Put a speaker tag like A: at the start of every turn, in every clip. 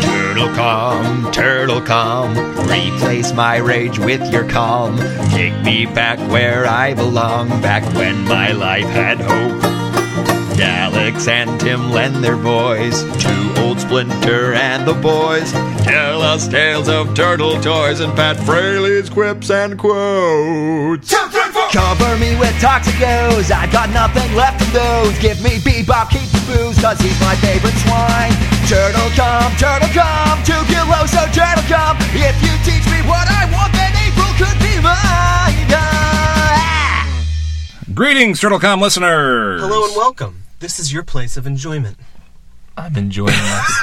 A: Turtle calm, turtle calm. Replace my rage with your calm. Take me back where I belong, back when my life had hope. Alex and Tim lend their voice to old Splinter and the boys. Tell us tales of turtle toys and Pat Fraley's quips and quotes. Cover me with toxicos, I've got nothing left of those. Give me bebop, keep the booze, cause he's my favorite swine. Turtle come, turtle come, two kilos of turtle come. If you teach me what I want, then April could be mine. Ah.
B: Greetings, TurtleCom listeners.
C: Hello and welcome. This is your place of enjoyment.
D: I'm enjoying this.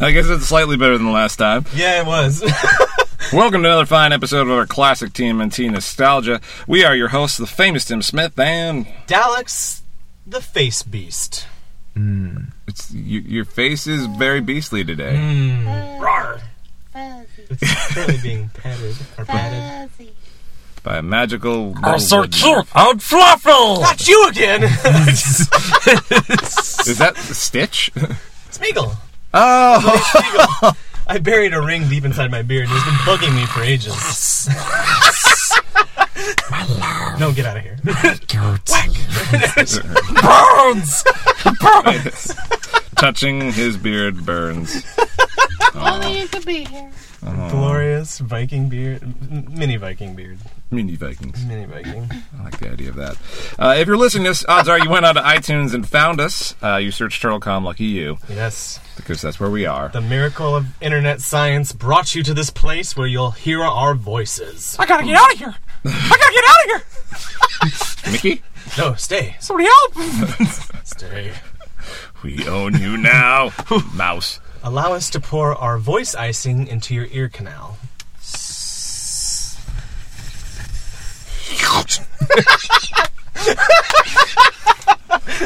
B: I guess it's slightly better than last time.
C: Yeah, it was.
B: Welcome to another fine episode of our classic TMNT nostalgia. We are your hosts, the famous Tim Smith, and
C: Daleks, the face beast.
B: it's, you, your face is very beastly today.
D: Mm.
C: It's currently being petted or patted.
E: Fuzzy.
B: By a magical.
D: I'm so
B: whirlwind.
D: cute and fluffy.
C: Not you again! it's
B: Is that Stitch?
C: Smeagol.
B: oh,
C: Smeagol. I buried a ring deep inside my beard. He's been bugging me for ages. no, get out of here.
D: Burns.
B: touching his beard burns.
E: Only you could be here.
C: Glorious Viking beard. m- Mini Viking beard.
B: Mini Vikings.
C: Mini Viking.
B: I like the idea of that. Uh, if you're listening to this, odds are you went on to iTunes and found us. Uh, you searched TurtleCom, lucky you,
C: Yes.
B: because that's where we are.
C: The miracle of internet science brought you to this place where you'll hear our voices.
D: I gotta get out of here. I gotta get out of here.
B: Mickey,
C: No, stay.
D: Somebody help.
C: Stay.
B: we own you now, mouse.
C: Allow us to pour our voice icing into your ear canal.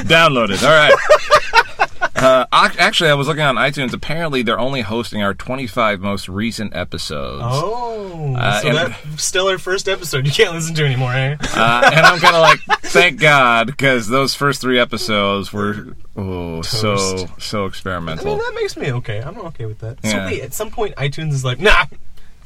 B: Download it. All right. Uh, ac- actually, I was looking on iTunes. Apparently, they're only hosting our 25 most recent episodes.
C: Oh,
B: Uh,
C: so
B: and-
C: that's still our first episode. You can't listen to anymore, eh?
B: Uh, and I'm kind of like, thank God, because those first three episodes were oh so
C: Toast.
B: so
C: I mean,
B: experimental.
C: that makes me okay. I'm okay with that. So
B: Yeah.
C: wait, at some point, iTunes is like, nah,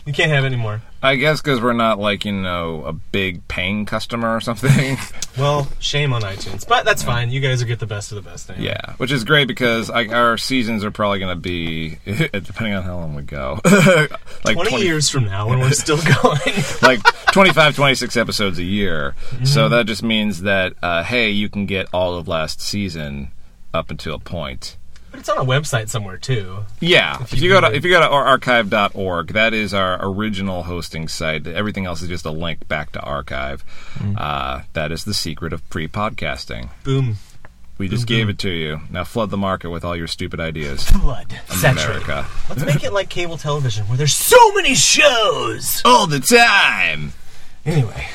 C: you can't have it anymore.
B: I guess because we're not like you know a big paying customer or something.
C: Well, shame on iTunes, but that's fine. You guys will get the best of the best. eh? Anyway.
B: yeah, which is great because I, our seasons are probably going to be depending on how long we go, like
C: 20, years from now, when we're still going,
B: like 25 26 episodes a year so that just means that uh, hey you can get all of last season up until a point
C: but it's on a website somewhere too.
B: yeah if you, go to if you go to ar- archive.org that is our original hosting site everything else is just a link back to archive uh, that is the secret of pre-podcasting
C: Boom,
B: we just gave it to you now flood the market with all your stupid ideas
C: blood, saturate.
B: america
C: Let's make it like cable television, where there's so many shows.
B: all the time
C: Anyway,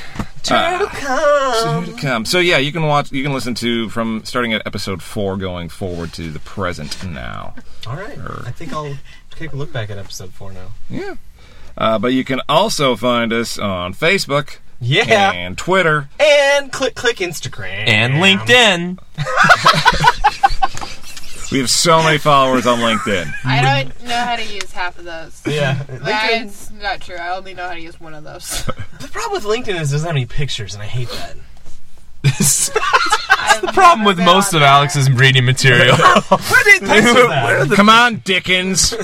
B: Come. So yeah, you can watch, you can listen to from starting at episode four going forward to the present now.
C: all right. I think I'll take a look back at episode four now.
B: Yeah. Uh, but you can also find us on Facebook
C: Yeah.
B: and Twitter.
C: And click click Instagram.
D: And LinkedIn.
B: We have so many followers on LinkedIn.
E: I don't know how to use half of those.
C: Yeah. LinkedIn.
E: That's not true. I only know how to use one of those.
C: The problem with LinkedIn is it doesn't have any pictures, and I hate that.
E: the
D: Problem with most of Alex's reading material.
C: Where did pictures at?
B: Come on, Dickens.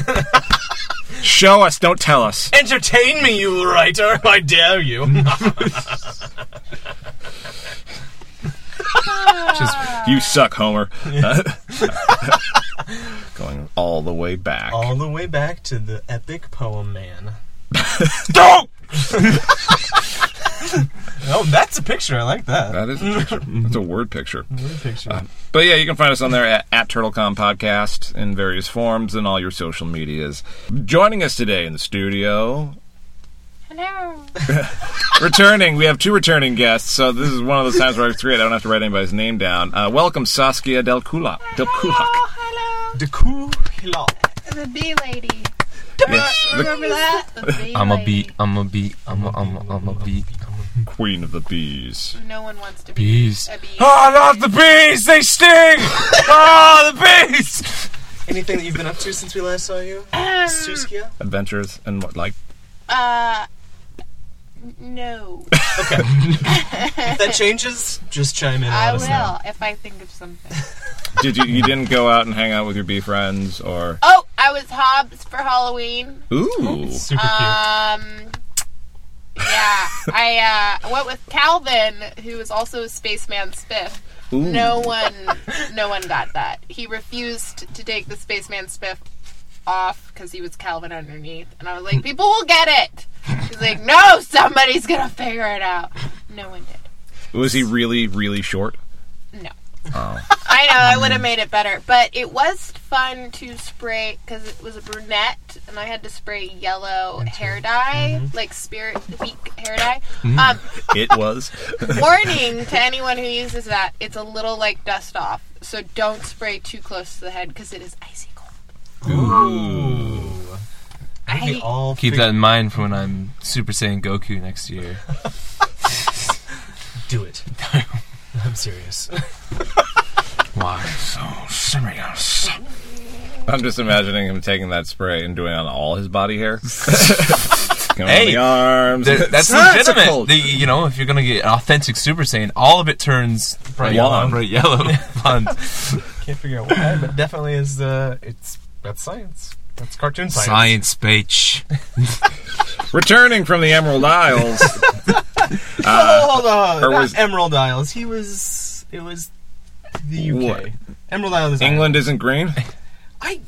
B: Show us, don't tell us.
C: Entertain me, you writer. I dare you.
B: You suck, Homer. going all the way back.
C: All the way back to the epic poem man.
B: Don't!
C: Oh, that's a picture. I like that.
B: That is a picture. That's a word picture.
C: picture.
B: But yeah, you can find us on there at, at TurtleCom Podcast in various forms and all your social medias. Joining us today in the studio,
E: Hello.
B: returning, we have two returning guests. So this is one of those times where I create. I don't have to write anybody's name down. Uh, welcome Saskia Del Kulak. Del Kulak.
E: Oh, hello.
C: The cool hill.
E: The bee lady.
B: Yes, the
E: Remember that? The bee
D: I'm a
E: lady.
D: bee. I'm a bee. I'm a. I'm a. I'm a bee.
B: queen of the bees.
E: No one wants to be
D: Bees.
E: a bee.
D: Ah, not the bees. They sting. Ah, the bees.
C: Anything that you've been up to since we last saw you,
E: Um,
C: Suskia?
B: Adventures and what, like,
E: uh, n- no.
C: If that changes, just chime in. and
E: I
C: let us know.
E: will if I think of something.
B: did you you didn't go out and hang out with your bee friends or?
E: Oh, I was Hobbs for Halloween.
B: Ooh,
C: Super
E: Um, yeah, I uh, went with Calvin, who is also Spaceman Spiff.
B: ooh.
E: No one, no one got that. He refused to take the Spaceman Spiff off because he was Calvin underneath, and I was like, people will get it. He's like, no, somebody's gonna figure it out. No one did.
B: Was he really really short?
E: No.
B: Oh. Mm.
E: I know I would have made it better, but it was fun to spray because it was a brunette, and I had to spray yellow hair dye,
B: Mm-hmm.
E: like spirit weak hair dye.
B: Mm.
E: Um,
B: It was.
E: warning to anyone who uses that: it's a little like dust off, so don't spray too close to the head because it is icy cold.
C: Ooh. I think we
E: I-
C: all
D: Keep
C: fig-
D: that in mind for when I'm Super Saiyan Goku next year.
C: Do it. I'm serious.
D: Why so serious?
B: I'm just imagining him taking that spray and doing it on all his body hair. Going on
D: Hey,
B: the arms.
D: Th- that's
B: Ah, it's a
D: legitimate.
B: cold.
D: The- you know, if you're gonna get an authentic Super Saiyan, all of it turns bright
B: yellow.
D: bright yellow, blonde.
C: Can't figure out why, but definitely is. Uh, it's that's science. That's cartoon science.
D: Science, bitch.
B: Returning from the Emerald Isles.
C: Oh, hold on.
B: or
C: Not
B: was-
C: Emerald Isles. He was. It was the UK.
B: What?
C: Emerald Isles. is
B: England isn't green.
C: I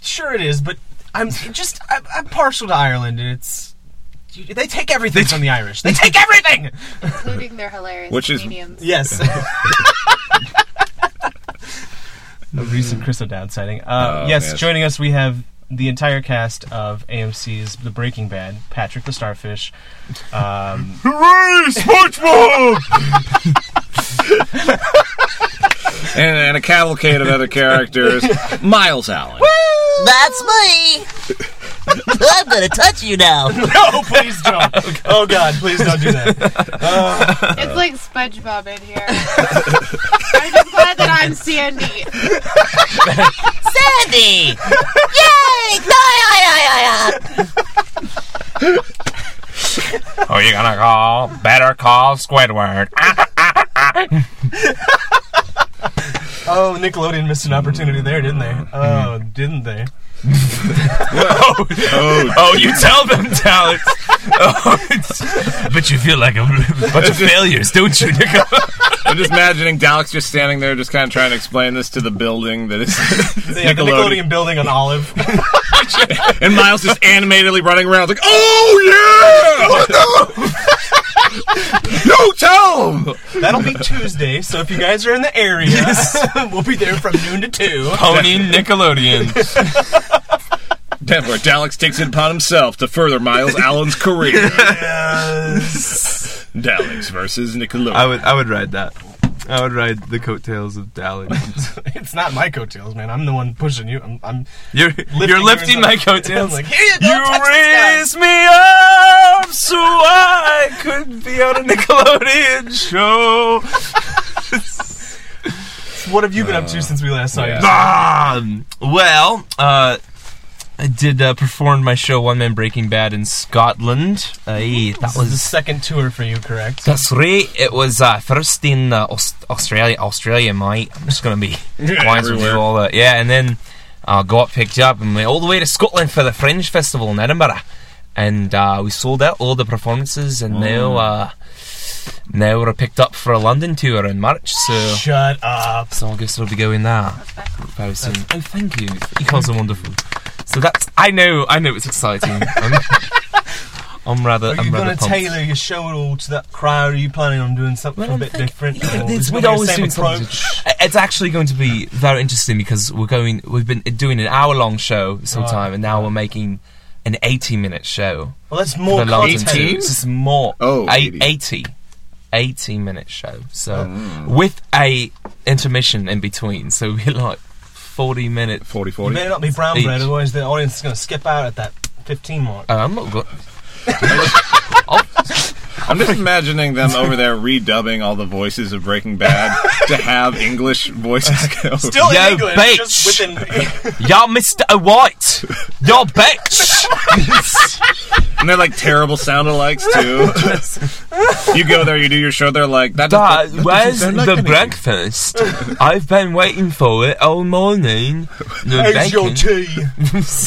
C: sure it is, but I'm just I'm, I'm partial to Ireland, and it's they take everything from the Irish. They take everything.
E: including their hilarious
B: Which is-
E: comedians.
C: Yes. A recent Christodad sighting. Uh,
B: Oh,
C: yes,
B: yes.
C: joining us we have the entire cast of AMC's The Breaking Bad. Patrick the Starfish. Um,
B: Hooray, SpongeBob! and, and a cavalcade of other characters. Miles Allen.
F: That's me! I'm gonna touch you now!
C: no, please don't. Oh God, please don't do that.
E: It's like SpongeBob in here. I'm just glad that I'm Sandy.
F: Sandy! Yay! No,
D: Oh, you gonna call? Better call Squidward.
B: Ah.
C: Oh, Nickelodeon missed an opportunity there, didn't they? Oh, didn't they?
B: Oh,
D: Oh, you tell them, Alex. Oh, it's- but you feel like a bunch of failures, don't you, Nico?
B: I'm just imagining Dalek's just standing there, just kind of trying to explain this to the building that is
C: Yeah, the
B: Nickelodeon.
C: Nickelodeon building on Olive.
B: And Miles just animatedly running around, like, oh, yeah!
C: Oh,
B: no, tell him!
C: That'll be Tuesday, so if you guys are in the area, we'll be there from noon to two.
D: Pony Nickelodeon.
B: Denver, Daleks takes it upon himself to further Miles Allen's career. Daleks versus Nickelodeon.
D: would, I would ride that. I would ride the coattails of Daleks.
C: It's not my coattails, man. I'm the one pushing you. I'm, I'm
D: You're lifting you're lifting
C: yours up.
D: my
C: I'm
D: coattails.
C: like, here you go.
D: You
C: touch this
D: raised me up so I could be on a Nickelodeon show.
C: guy. What have you been up
B: Uh,
C: to since we last saw
B: yeah.
C: you?
D: Um, well, uh, I did uh, perform my show One Man Breaking Bad in Scotland. Aye, that
C: This is the
D: was.
C: second tour for you, correct?
D: That's right. It was uh, first in uh, Aus- Australia. Australia, mate. I'm just gonna be
B: Yeah,
D: wise and do
B: everywhere.
D: all that. Yeah, and then uh, got picked up and went all the way to Scotland for the Fringe Festival in Edinburgh, and uh, we sold out all the performances,
C: Oh.
D: and now uh, now we're picked up for a London tour in March. So.
C: Shut up.
D: So I guess I'll be going there very soon. Oh, thank you. You guys are wonderful. So that's I know I know it's exciting. I'm, I'm rather.
C: Are
D: I'm
C: you
D: rather
C: going to
D: pumped.
C: tailor your show at all to that crowd? Are you planning on doing something
D: Well,
C: a bit
D: I'm think-
C: different?
D: yeah,
C: Or
D: it's-
C: is it
D: we'd
C: gonna be
D: always
C: the same
D: do something.
C: approach?
D: It's actually going to be very interesting because we're going. We've been doing an hour-long show sometime, and now we're making an eighty-minute show.
C: Well, that's
D: for
C: more
D: the London
C: content.
D: tour. This is more.
B: Oh,
D: a-
B: 80.
D: 80. 80 minute show. So with a intermission in between, so we're like forty minutes.
B: 40
C: You
B: 40.
C: better not be brown
D: Each.
C: bread, otherwise the audience is going to skip out at that 15 mark.
D: Uh, I'm not good. I'll,
B: I'm just imagining them over there redubbing all the voices of Breaking Bad to have English voices go.
C: Still in
D: Yo,
C: English,
D: bitch.
C: just within.
D: Yo, Mr. White! Yo, bitch!
B: And they're like terrible sound alikes, too. you go there, you do your show, they're like, that,
D: Dad,
B: that- that
D: where's
B: doesn't sound like
D: the
B: anything.
D: breakfast? I've been waiting for it all morning. The
C: There's your
D: bacon.
C: tea.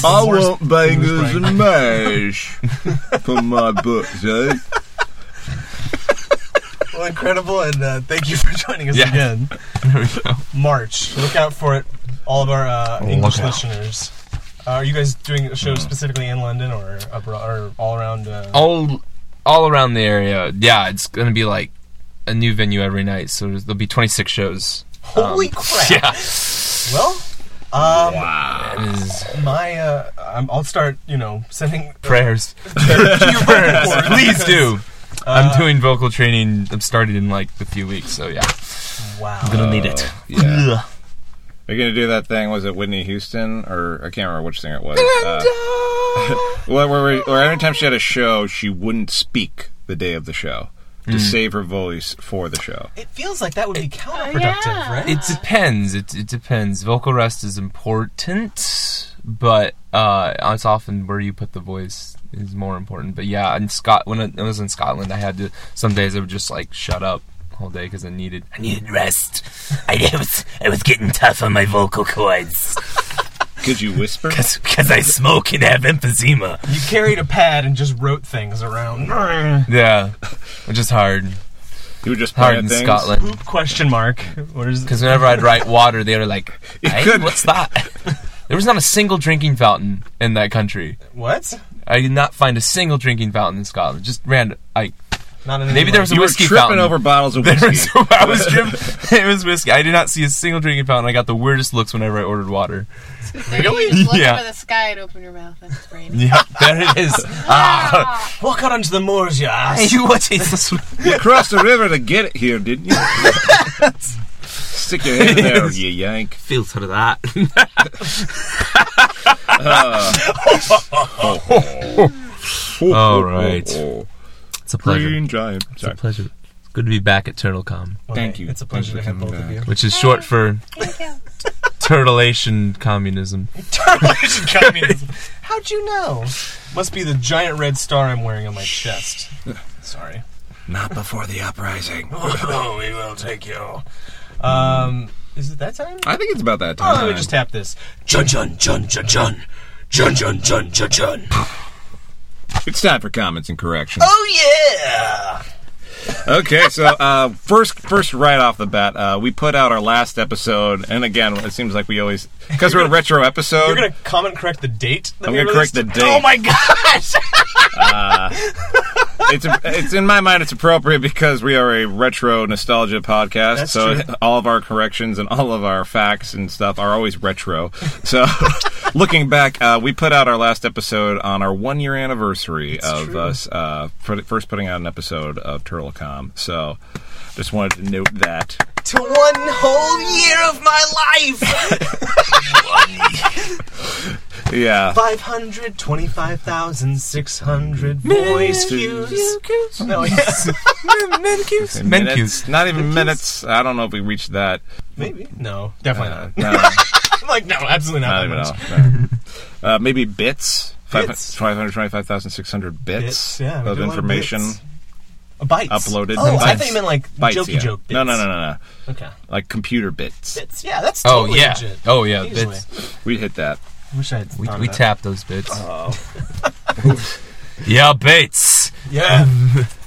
B: I want bangers and mash for my books, eh?
C: Well, incredible, and uh, thank you for joining us
D: Yeah.
C: again.
D: There we go.
C: March. Look out for it, all of our uh,
D: Look
C: English
D: out. Hmm.
C: listeners. Uh, are you guys doing a show specifically in London or abroad or all around? Uh,
D: all all around the area. Yeah, it's gonna be like a new venue every night. So there's- there'll be 26 shows.
C: Holy crap!
D: Yeah,
C: Well, um,
D: It is-
C: my uh, I'm, I'll start. You know, sending
D: prayers, prayers. Uh, Please do. I'm doing vocal training. I'm started in like a few weeks. So yeah, Uh,
C: Wow.
D: gonna need it.
B: Yeah. They're gonna do that thing. Was it Whitney Houston or I can't remember which thing it was. Uh, where, where, where, where every time she had a show, she wouldn't speak the day of the show to
D: Mm.
B: save her voice for the show.
C: It feels like that would be counterproductive,
E: yeah.
C: right?
D: It depends. It, it depends. Vocal rest is important, but uh, it's often where you put the voice is more important. But yeah, in Scot when I I was in Scotland, I had to. Some days I would just like shut up all day because I needed.
F: I needed rest. I was I was getting tough on my vocal cords
B: Could you whisper?
F: because I smoke and have emphysema.
C: you carried a pad and just wrote things around.
D: Yeah, which is hard.
B: You would just
D: Hard
B: point
D: in
B: at things.
D: Scotland.
C: Poop question mark. What is
D: Because whenever I'd write water, they were like, hey,
B: couldn't.
D: what's that? there was not a single drinking fountain in that country.
C: what?
D: I did not find a single drinking fountain in Scotland. Just random. I,
C: Not an
D: maybe there was a
B: You were
D: whiskey
B: tripping
D: fountain.
B: over bottles of
D: There
B: whiskey.
D: was, I was tripping. It was whiskey. I did not see a single drinking fountain. I got the weirdest looks whenever I ordered water.
E: Really? You just look
D: Yeah.
E: for the sky and open your mouth and Ah, it's raining.
D: Yep, there it is.
C: Walk out onto the moors, you ass.
D: you what is
B: you crossed the river to get it here, didn't you? Stick your head in there, you yank.
D: filter that?
B: Uh.
D: All right.
B: Oh,
D: It's a pleasure.
B: Green giant.
D: It's a
B: Sorry.
D: pleasure. It's good to be back at TurtleCom,
C: Well,
B: Thank
C: hey,
B: you.
C: It's a pleasure to
B: Thanks
C: have
B: for
C: both of
B: coming
C: you.
D: which is short for
E: Ah, Thank you.
D: Turtleation Communism.
C: Termination communism. How'd you know? Must be the giant red star I'm wearing on my chest. Sorry.
B: Not before the uprising.
C: Oh, we will take you. Um, is it that time?
B: I think it's about that
C: Oh,
B: time.
C: let me just tap this.
F: Jun jun jun jun jun jun jun jun jun jun.
B: It's time for comments and corrections.
C: Oh yeah.
B: Okay, so uh, first, first, right off the bat, uh, we put out our last episode, and again, it seems like we always because we're a retro episode.
C: You're gonna comment correct the date. That
B: I'm
C: we
B: gonna correct
C: released?
B: the date. Uh,
C: Oh my gosh!
B: it's it's in my mind, it's appropriate because we are a retro nostalgia podcast.
C: That's
B: so
C: true.
B: all of our corrections and all of our facts and stuff are always retro. So looking back, uh, we put out our last episode on our one year anniversary of us uh, put, first putting out an episode of TurtleCom. So just wanted to note that.
C: to one whole year of my life.
B: Yeah.
C: Five hundred twenty-five thousand six hundred voice views. Oh, No, yes,
D: Mencus.
B: Minutes. Not even minutes. I don't know if we reached that.
C: maybe no, definitely
B: Uh,
C: not.
B: no,
C: I'm like no, absolutely not.
B: not
C: that
B: even
C: much.
B: all. No. Uh, maybe bits.
C: Bits.
B: 525,600 bits,
C: Bits, yeah, we
B: of
C: did a lot of
B: information
C: bits. Bites
B: uploaded.
C: Oh, I
B: Bytes.
C: thought you meant like
B: Bytes,
C: jokey
B: yeah.
C: joke. Bits.
B: No, no, no, no, no.
C: Okay,
B: Like computer bits.
C: bits. Yeah, that's
D: Oh
C: totally
D: yeah.
C: legit.
D: Oh yeah.
C: Easily.
D: Bits.
B: We hit that.
C: Wish I had.
D: We,
C: thought of
D: we
C: that. Oh.
D: tap those bits.
C: Uh,
D: yeah, bits.
C: Yeah.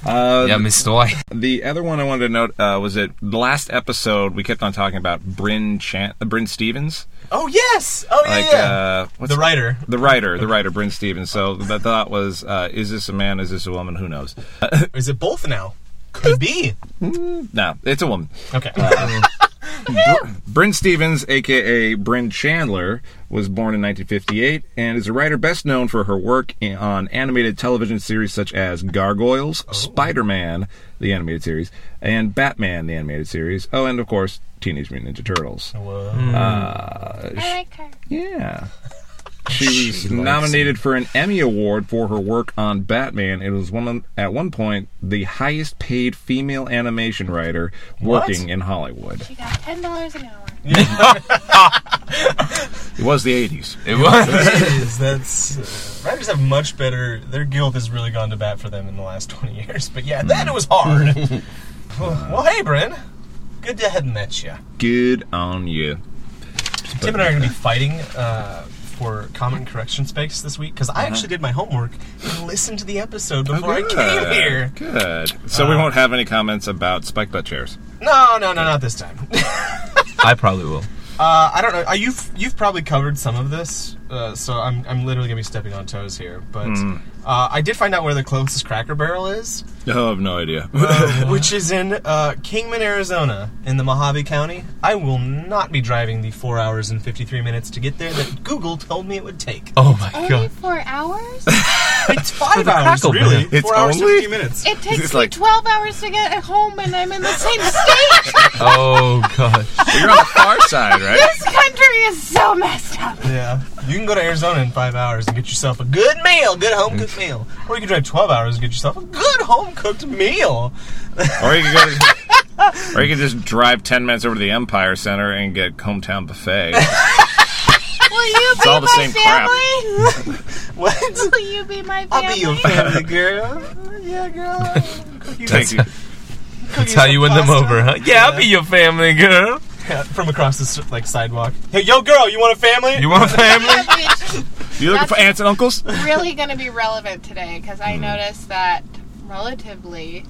B: Uh,
D: Yeah, Mr. White.
B: The other one I wanted to note uh, was that the last episode we kept on talking about Bryn Chan- uh, Bryn Stevens,
C: Oh yes. Oh yeah.
B: like
C: yeah.
B: uh, what's
C: the writer.
B: the writer, the writer Bryn Stevens. So the thought was, uh, is this a man? Is this a woman? Who knows?
C: Is it both now? Could be.
B: No, it's a woman.
C: Okay.
B: Uh, Bryn Stevens, aka Bryn Chandler, was born in 1958 and is a writer best known for her work in, on animated television series such as Gargoyles, Spider Man, the animated series, and Batman, the animated series. Oh, and of Oh, course, Teenage Mutant Ninja Turtles.
C: Whoa.
E: I like her.
B: Yeah. She was nominated for an Emmy Award for her work on Batman. It was one of- at one point the highest paid female animation writer working in Hollywood.
E: She got ten dollars an hour.
B: It was the 80s.
D: It was.
C: Jeez, that's. Uh, writers have much better. Their guild has really gone to bat for them in the last 20 years. But yeah,
B: Hmm.
C: then it was hard. well, well, hey, Bryn. Good to have met you.
B: Good on you.
C: Tim and I are going to be fighting uh, for comment and correction space this week
D: Uh-huh.
C: because I actually did my homework and listened to the episode
D: Oh,
C: before I came here.
B: Good. So we won't have any comments about spike butt chairs.
C: No, no, no, not this time.
D: I probably will.
C: Uh, I don't know. Uh, You've you've probably covered some of this, uh, so I'm I'm literally gonna be stepping on toes here. But
D: Hmm.
C: uh, I did find out where the closest Cracker Barrel is,
B: Oh, I have no idea.
D: Uh-huh.
C: which is in uh, Kingman, Arizona, in the Mojave County. I will not be driving the four hours and fifty three minutes to get there that Google told me it would take.
D: Oh my
E: Only
D: god.
E: four hours?
C: It's five
D: the
C: hours,
D: Crackle
C: really.
D: Barrel.
B: It's
C: four hours and
B: only-
C: fifty minutes.
E: It takes
B: It's
E: me
B: like-
E: twelve hours to get home, and I'm in the same state.
D: Oh gosh.
B: You're on the far side, right?
E: this country is so messed up.
C: Yeah, you can go to Arizona in five hours and get yourself a good meal, good home cooked meal, or you can drive twelve hours and get yourself a good home cooked meal.
B: Or you could go to, or you could just drive ten minutes over to the Empire Center and get hometown buffet.
E: Will you be
B: all the
E: my
B: same crap.
E: family?
C: What?
E: Will you be my family?
C: I'll be your family girl. Yeah, girl. Cookies
B: Thank you.
D: That's how you win them over, huh? Yeah, I'll be your family girl.
C: Yeah, from across the s- like sidewalk. Hey, yo, girl, you want a family?
D: You want a family?
E: It's
B: You looking for aunts and uncles?
E: really going to be relevant today because
B: Hmm.
E: I noticed that relatively,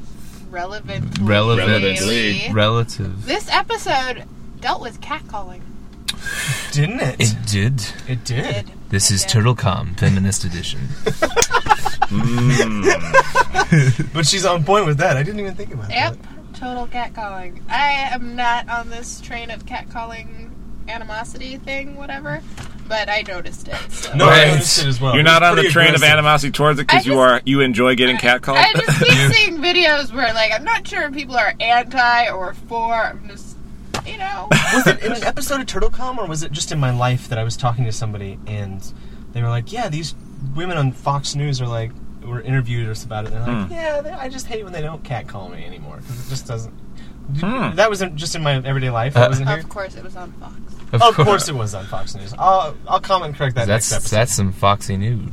E: relevantly,
D: Relevantly. Relative.
E: this episode dealt with catcalling.
C: didn't it?
D: It did.
C: It did.
D: This is
E: did.
D: TurtleCom Feminist Edition.
C: But she's on point with that. I didn't even think about
E: Yep,
C: that.
E: total catcalling. I am not on this train of catcalling animosity thing, whatever, but I noticed it. So.
C: No,
D: Right.
C: I noticed it as well.
B: You're
C: It
B: not
C: was
B: on the
C: pretty
B: train of
C: aggressive.
B: animosity towards it
E: I
B: because you
E: just-
B: are you enjoy getting catcalled.
E: I just keep seeing videos where, like, I'm not sure if people are anti or for. I'm just, you know.
C: Was it in an episode of TurtleCom or was it just in my life that I was talking to somebody and they were like, "Yeah, these women on Fox News are like." Were interviewed us about it. And they're like, "Yeah, they, I just hate when they don't catcall me anymore because it just doesn't." That wasn't just in my everyday life. I
D: Uh,
C: wasn't here.
E: Of course, it was on Fox.
D: Of,
C: Of course, it was on Fox News. I'll, I'll comment and correct that
D: That's
C: next episode.
D: that's some Foxy News.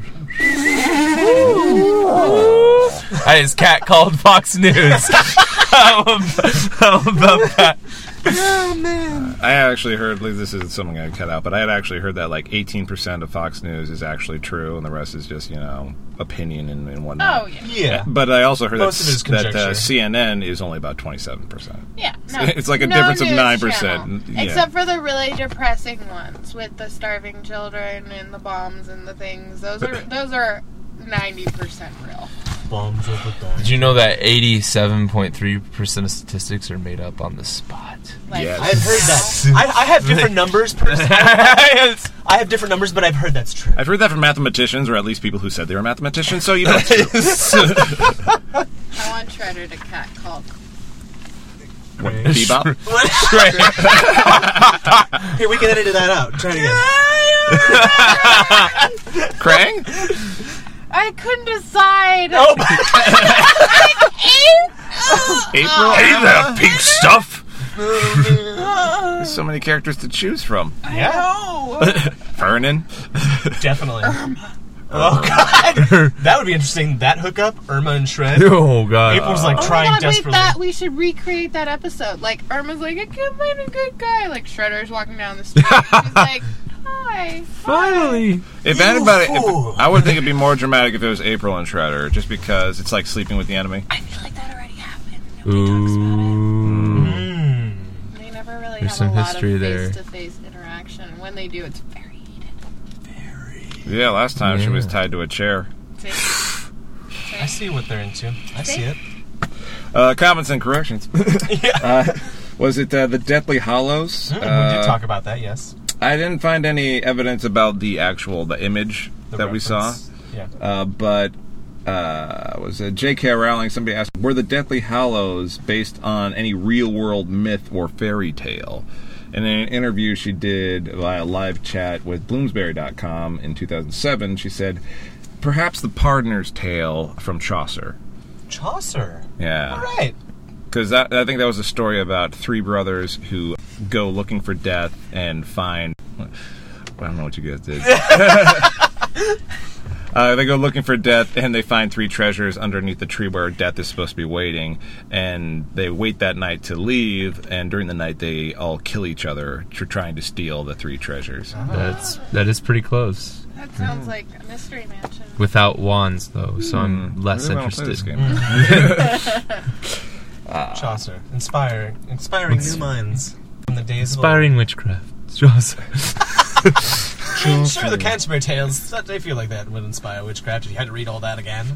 D: that is cat called Fox News. how, about, how about that?
B: I actually heard like, this is something I cut out, but I had actually heard that like 18% of Fox News is actually true, and the rest is just you know opinion and, and whatnot.
E: Oh, yeah.
C: yeah.
B: But I also heard
C: Most of it
B: that,
C: is
B: that uh,
C: conjecture.
B: CNN is only about 27%.
E: Yeah. No,
B: It's like a
E: no
B: difference of
E: news
B: 9%,
E: channel.
B: yeah.
E: Except for the really depressing ones with the starving children and the bombs and the things. Those are those are 90% real.
C: Bombs over bombs.
D: Did you know that eighty-seven point three percent of statistics are made up on the spot?
E: Like,
B: Yes.
C: I've heard that. I, I have different numbers. Personally.
D: Yes.
C: I have different numbers, but I've heard that's true.
B: I've heard that from mathematicians, or at least people who said they were mathematicians, so you know it's true.
E: I want Shredder to cat call.
B: What, Bebop?
C: Here, we can edit that out. Try it again.
B: Krang?
E: I couldn't decide.
C: Oh my!
B: April?
D: Hey there, pink stuff.
B: There's so many characters to choose from.
C: Yeah,
B: Vernon?
C: definitely. Oh god, that would be interesting. That hookup, Irma and Shred.
D: Oh god.
C: April's like
E: Oh my
C: trying
E: god,
C: desperately.
E: wait, that we should recreate that episode. Like Irma's like, I can't find a good guy. Like Shredder's walking down the street. She's like, hi.
D: Finally.
B: If anybody,
C: fool.
B: if, I would think it'd be more dramatic if it was April and Shredder, just because it's like sleeping with the enemy.
E: I feel like that already happened. Nobody talks about
D: Ooh.
E: it. They never really
D: There's
E: have
D: some
E: a lot
D: history
E: of
D: there.
E: face-to-face interaction. When they do, it's very heated.
B: Yeah, last time she
D: Yeah.
B: was tied to a chair.
E: See?
C: I see what they're into. I see it.
B: Uh, comments and corrections. Uh, was it uh, the Deathly Hollows?
C: Mm, we
B: Uh,
C: did talk about that. Yes.
B: I didn't find any evidence about the actual the image
C: The
B: that we saw,
C: reference. Yeah.
B: uh, but uh, was it J.K. Rowling? Somebody asked, were the Deathly Hollows based on any real world myth or fairy tale? And in an interview she did via live chat with Bloomsbury.com in 2007, she said, "Perhaps the pardoner's tale from Chaucer."
C: Chaucer.
B: Yeah.
C: All right.
B: Because that, I think that was a story about three brothers who go looking for death and find. I don't know what you guys did. uh, they go looking for death and they find three treasures underneath the tree where death is supposed to be waiting. And they wait that night to leave. And during the night, they all kill each other tr- trying to steal the three treasures.
D: That's that is pretty close.
E: That
D: Mm.
E: sounds like a mystery mansion.
D: Without wands though, so I'm less
B: I Hmm. really wanna play this
D: interested.
B: game. Uh,
C: Chaucer. Inspiring. Inspiring new minds. From the days
D: Inspiring witchcraft. Chaucer.
C: of old. I mean, sure, the Canterbury Tales, I feel like that would inspire witchcraft if you had to read all that again.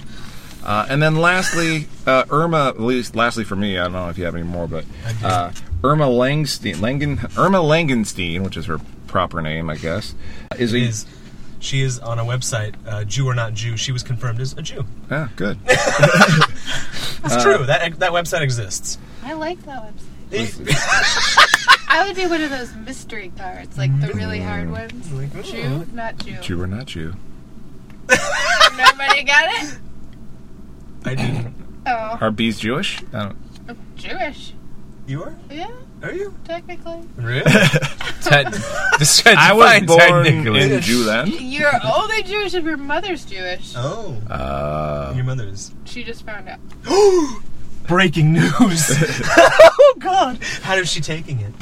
B: Uh, and then lastly, uh, Irma. At least, lastly for me, I don't know if you have any more, but uh, Irma Langstein, Langen, Irma Langenstein, which is her proper name, I guess, is a
C: Is she is on a website, uh, Jew or not Jew, she was confirmed as a Jew.
B: Ah, good.
C: It's
B: Uh,
C: true. That that website exists.
E: I like that website. I would do one of those mystery cards, like the really hard
D: Mm.
E: ones.
C: Like,
E: Jew, not Jew.
B: Jew or not Jew?
E: Nobody got it?
C: I didn't.
E: Oh,
B: Are bees Jewish? I don't.
E: Jewish.
C: You are?
E: Yeah,
C: Are you?
E: technically.
C: Really?
B: I was born
D: technically.
B: in Jewland.
E: You're only Jewish if your mother's Jewish.
C: oh.
B: Uh,
C: Your mother's.
E: She just found out.
C: Breaking news. oh, God. How is she taking it?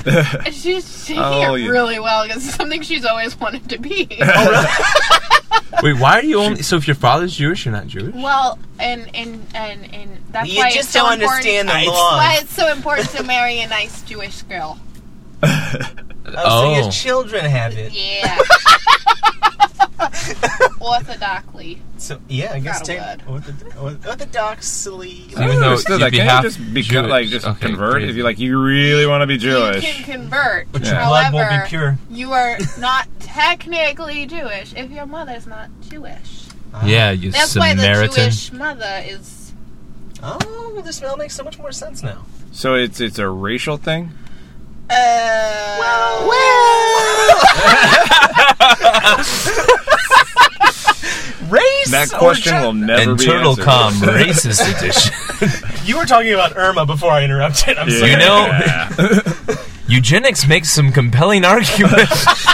E: And She's taking
B: Oh,
E: it
B: yeah.
E: really well because it's something she's always wanted to be.
C: Oh.
D: Wait, why are you only? So if your father's Jewish, you're not Jewish.
E: well, and and and and that's
C: You
E: why
C: just
E: it's so
C: don't
E: important-
C: understand the
E: it's
C: laws.
E: why it's so important to marry a nice Jewish girl.
C: Oh, so
D: Oh.
C: your children have it.
E: Yeah. Orthodoxly.
C: So, yeah, I guess
E: Not a
C: take
E: word.
C: ortho- orth- orthodoxly.
B: I
D: Even
B: don't
D: though
B: understand
D: you'd
B: that.
D: be
B: Can't
D: half
B: you just
D: Jewish.
B: become, like just
D: Okay,
B: convert
D: crazy.
B: if you like you really want to be
E: You can
B: Jewish?
E: convert.
C: But your
B: Yeah.
C: blood
E: However,
C: won't be pure.
E: you are not technically Jewish if your mother's not Jewish.
D: Yeah, you
E: That's why the
D: Samaritan.
E: Jewish mother is.
C: Oh, well, the smell makes so much more sense now.
B: So it's it's a racial thing.
E: Uh, well,
C: Race!
B: That
C: or
B: question
C: gen-
B: will never be
D: Internal
B: answered.
D: com racist edition.
C: You were talking about Irma before I interrupted. I'm
B: Yeah.
C: sorry.
D: You know, eugenics makes some compelling arguments.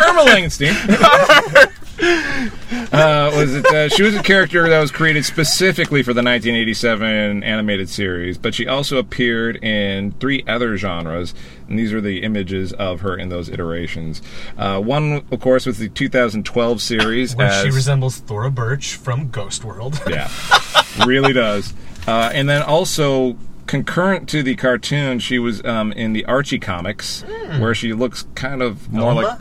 B: Irma Langenstein. uh, was it? Uh, she was a character that was created specifically for the 1987 animated series, but she also appeared in three other genres, and these are the images of her in those iterations. Uh, one, of course, was the 2012 series.
C: Where
B: as,
C: she resembles Thora Birch from Ghost World.
B: yeah, really does. Uh, and then also concurrent to the cartoon, she was um, in the Archie comics, where she looks kind of more like.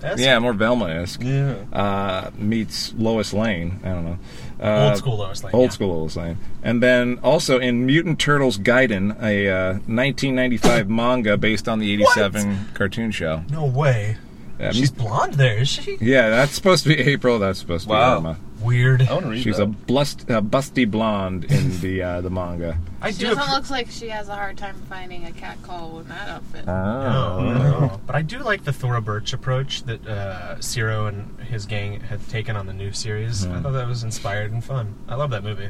C: That's
B: Yeah, more Velma esque.
C: Yeah.
B: Uh, meets Lois Lane. I don't know. Uh,
C: Old school Lois Lane.
B: Old
C: yeah.
B: school Lois Lane. And then also in Mutant Turtles Gaiden, a uh, 1995 manga based on the 87 cartoon show.
C: No way.
B: Yeah,
C: She's blonde there, is she?
B: yeah, that's supposed to be April. That's supposed to
G: Wow.
B: be Irma.
C: Weird.
G: I want to read
B: She's
G: that.
B: a blust, uh, busty blonde in the uh, the manga.
C: I
E: she
C: do.
E: doesn't
C: appre-
E: look like she has a hard time finding a cat call in that outfit.
C: No, no. But I do like the Thora Birch approach that uh, Ciro and his gang had taken on the new series. I thought that was inspired and fun. I love that movie.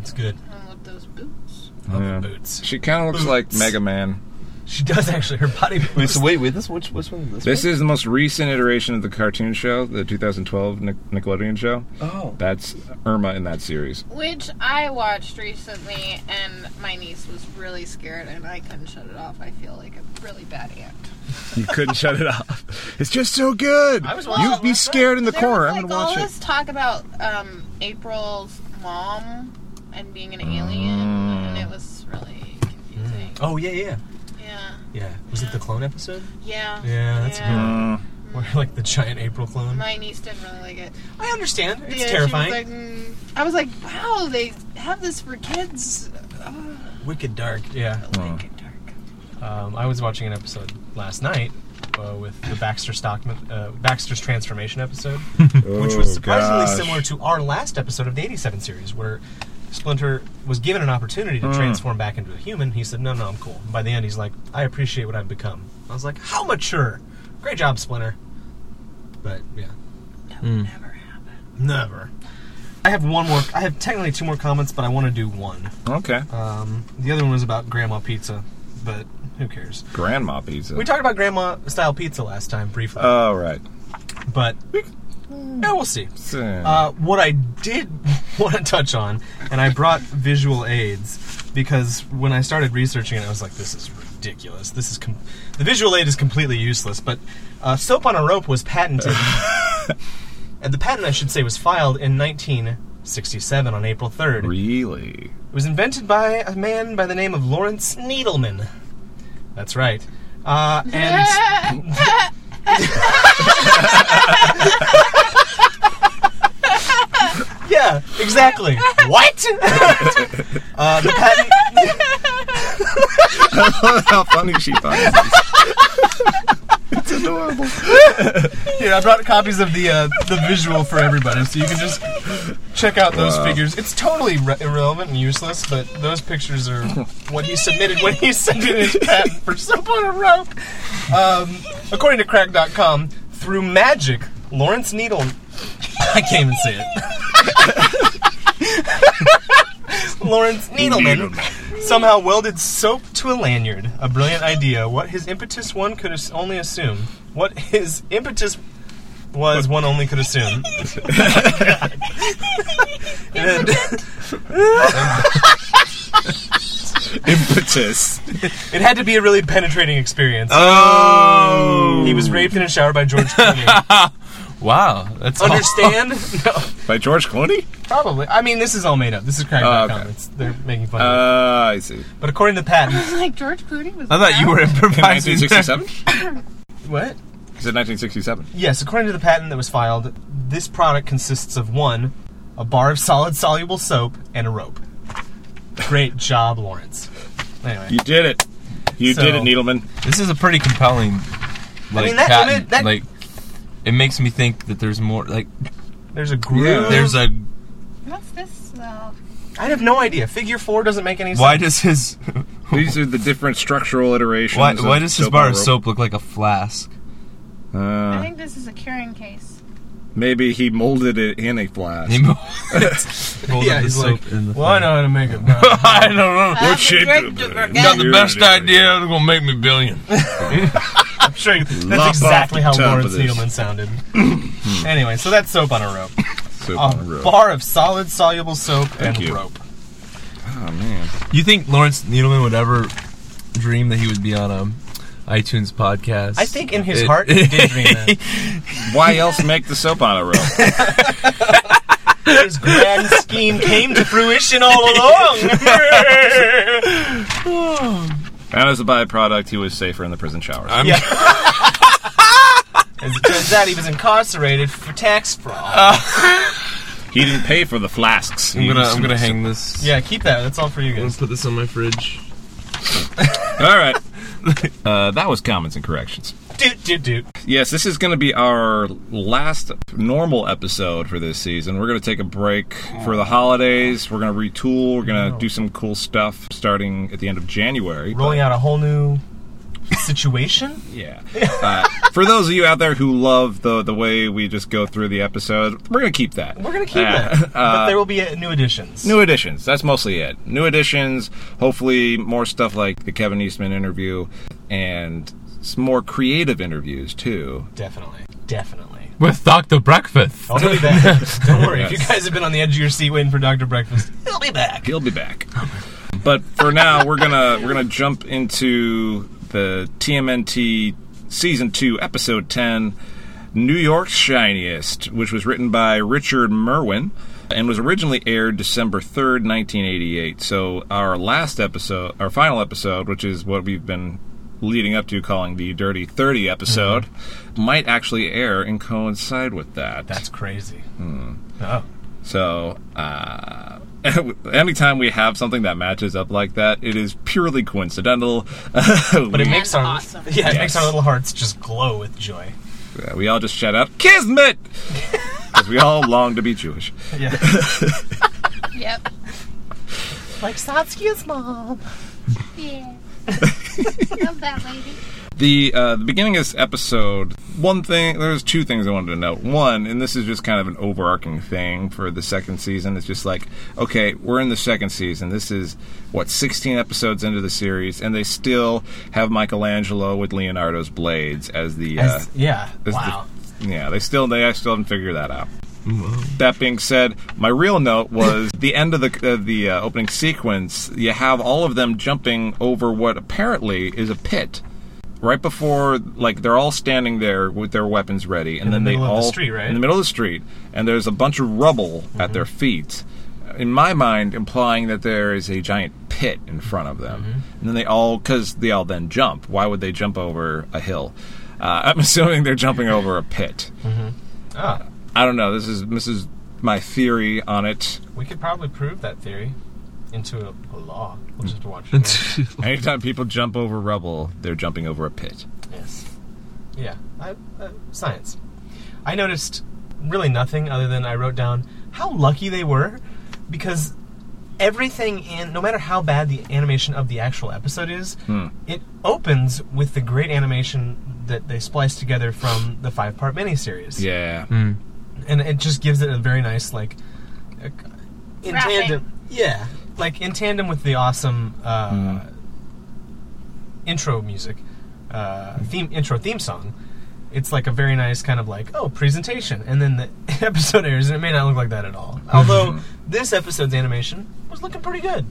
C: It's good.
E: I love those boots.
C: Love
B: Yeah.
C: the boots.
B: She kind of looks like Mega Man.
C: She does actually. Her body.
G: Wait, so wait, wait, this which which one? This,
B: This is the most recent iteration of the cartoon show, the 2012 Nic- Nickelodeon show.
G: one? Oh,
B: That's Irma in that series.
E: Which I watched recently, and my niece was really scared, and I couldn't shut it off. I feel like a really bad aunt.
B: You couldn't shut it off. It's just so good.
C: I was watching
B: You'd
C: it
B: be
C: last
B: scared in the
E: There
B: corner.
E: was,
B: I'm
E: like,
B: gonna watch
E: all
B: it.
E: this talk about um, April's mom and being an alien, and
B: Mm.
E: it was really confusing.
C: Oh yeah, yeah,
E: Yeah,
C: yeah. Was it the clone episode?
E: yeah,
C: Yeah, that's
E: yeah.
B: Mm.
C: good. Where like the giant April clone.
E: My niece didn't really like it.
C: I understand. It's
E: Yeah, she was
C: terrifying.
E: like, mm. I was like, wow, they have this for kids. Oh,
C: Wicked dark. Yeah.
E: like dark.
C: Um, I was watching an episode last night uh, with the Baxter Stockman, uh, Baxter's transformation episode, which was
B: Oh,
C: surprisingly
B: gosh.
C: similar to our last episode of the '87 series, where Splinter was given an opportunity
B: Hmm.
C: to transform back into a human. He said, "No, no, I'm cool." By the end, he's like, "I appreciate what I've become." I was like, "How mature! Great job, Splinter." But yeah,
B: Hmm.
E: Never happened.
C: never. I have one more. I have technically two more comments, but I want to do one.
B: Okay.
C: Um, the other one was about grandma pizza, but who cares?
B: Grandma pizza.
C: We talked about grandma style pizza last time briefly,
B: oh, right.
C: but yeah, we'll see.
B: So-
C: Uh, what I did want to touch on, and I brought visual aids because when I started researching it, I was like, "This is ridiculous. This is com- the visual aid is completely useless." But uh, soap on a rope was patented, and the patent I should say was filed in 1967 on April 3rd.
B: really?
C: It was invented by a man by the name of Lawrence Needleman. That's right. Uh, and yeah, exactly. What? uh, the patent.
B: How funny she finds this.
C: Here, I brought copies of the uh, the visual for everybody, so you can just check out those
B: Wow.
C: figures. It's totally re- irrelevant and useless, but those pictures are what he submitted when he submitted his patent for soap on a rope. Um, according to Crack.com, through magic, Lawrence Needle. I can't even say it. Lawrence Needleman somehow welded soap to a lanyard. A brilliant idea. What his impetus one could as- only assume. What his impetus was one only could assume. And-
B: Impetus.
C: it had to be a really penetrating experience.
B: Oh.
C: He was raped in a shower by George Clooney.
D: Wow, that's all-
C: Understand? no,
B: By George Clooney?
C: probably. I mean, this is all made up. This is crack
B: Oh,
C: dot com.
B: okay.
C: It's They're making fun. of
B: Uh, I see.
C: it. But according to the patent,
E: Like George Clooney was.
D: I thought you were improvising.
B: 1967?
C: what?
B: He said 1967.
C: Yes, according to the patent that was filed, this product consists of one, a bar of solid soluble soap, and a rope. Great job, Lawrence. Anyway,
B: You did it. You
C: So-
B: did it, Needleman.
D: This is a pretty compelling. Like,
C: mean, that- I mean,
D: patent.
C: that-
D: like it makes me think that there's more. Like
C: there's a groove.
B: Yeah.
D: there's a
E: What's this smell?
C: I have no idea. Figure four doesn't make any sense.
D: why does his
B: These are the different structural iterations.
D: why,
B: of
D: why does his
B: soap
D: bar
B: on
D: of
B: rope.
D: soap look like a flask?
E: I
B: Uh,
E: think this is a curing case.
B: maybe he molded it in a flask.
D: He mo- Folded
C: Yeah,
D: the
C: he's
D: soap
C: like,
D: in the
C: well, I know how to make it. No.
D: I don't know.
E: What
B: should do, babe?
D: got the
B: You're
D: best
B: an idiot.
D: idea. It's gonna make me billion.
C: I'm sure you- that's
B: Lop off
C: exactly
B: the
C: how
B: top
C: Lawrence
B: of this.
C: Needleman sounded. anyway, so that's soap on a rope.
B: Soap
D: Oh,
C: A
B: on a rope.
C: bar of solid soluble soap and
B: you.
C: rope.
B: Oh man.
D: You think Lawrence Needleman would ever dream that he would be on a iTunes podcast?
C: I think in his heart he did dream that.
B: Why else make the soap on a rope?
C: His grand scheme came to fruition all along.
B: And as a byproduct, he was safer in the prison showers.
D: I'm,
C: Yeah. As it turns out, he was incarcerated for tax fraud.
B: Ah. He didn't pay for the flasks.
D: I'm
B: He
D: gonna
B: was-
D: I'm gonna hang this.
C: yeah, keep that. That's all for you
D: I'm
C: guys.
D: gonna put this on my fridge.
B: All right. Uh, that was comments and corrections.
C: Doot, doot, doot.
B: Yes, this is going to be our last normal episode for this season. We're going to take a break for the holidays. We're going to retool. We're
D: Oh,
B: going to do some cool stuff starting at the end of January.
C: Rolling out a whole new situation?
B: Yeah. Uh, for those of you out there who love the the way we just go through the episode, we're going to keep that.
C: We're going to keep
B: Uh,
C: that. but
B: uh,
C: there will be uh, new additions.
B: New additions. That's mostly it. New additions. Hopefully, more stuff like the Kevin Eastman interview and some more creative interviews too.
C: Definitely. Definitely.
D: With Doctor Breakfast.
C: I'll be back. Don't worry. If you
B: Yes.
C: guys have been on the edge of your seat waiting for Dr. Breakfast, he'll be back.
B: He'll be back. But for now, we're gonna we're gonna jump into the TMNT season two, episode ten, New York's Shiniest, which was written by Richard Merwin and was originally aired December third, nineteen eighty eight. So our last episode, our final episode, which is what we've been leading up to calling the Dirty Thirty episode, might actually air and coincide with that.
C: That's crazy.
B: Hmm.
C: Oh.
B: So, uh, anytime we have something that matches up like that, it is purely coincidental.
C: But it
B: we,
C: makes our
E: awesome.
C: yeah, it
B: Yes.
C: makes our little hearts just glow with joy.
B: uh, we all just shout out "Kismet" because we all long to be Jewish.
C: Yeah.
E: Yep.
C: like Satsuki's mom.
E: Yeah. Love that lady.
B: The uh, the beginning of this episode, one thing there's two things I wanted to note. One, and this is just kind of an overarching thing for the second season. It's just like, okay, we're in the second season. This is what 16 episodes into the series, and they still have Michelangelo with Leonardo's blades as the uh,
C: As- yeah.
B: as the-
C: Wow.
B: yeah, they still they I still haven't figured that out. That being said, my real note was the end of the of the uh, opening sequence. You have all of them jumping over what apparently is a pit. Right before, like they're all standing there with their weapons ready, and
C: the
B: then they
C: middle
B: all
C: of the street, right? Mm-hmm.
B: in the middle of the street, and there's a bunch of rubble at their feet. In my mind, implying that there is a giant pit in front of them,
C: Mm-hmm.
B: and then they all because they all then jump. Why would they jump over a hill? Uh, I'm assuming they're jumping over a pit.
C: Ah,
B: I don't know. This is this is my theory on it.
C: we could probably prove that theory into a, a law. We'll just have to watch it.
B: Anytime people jump over rubble, they're jumping over a pit.
C: yes. Yeah. I, uh, science. I noticed really nothing other than I wrote down how lucky they were because everything in, no matter how bad the animation of the actual episode is, it opens with the great animation that they spliced together from the five part miniseries.
B: Yeah.
C: Mm. and it just gives it a very nice like uh, in
E: Wrapping.
C: tandem yeah like in tandem with the awesome uh,
B: Hmm.
C: intro music uh, theme intro theme song it's like a very nice kind of like oh presentation and then the episode airs and it may not look like that at all
B: Hmm.
C: although this episode's animation was looking pretty good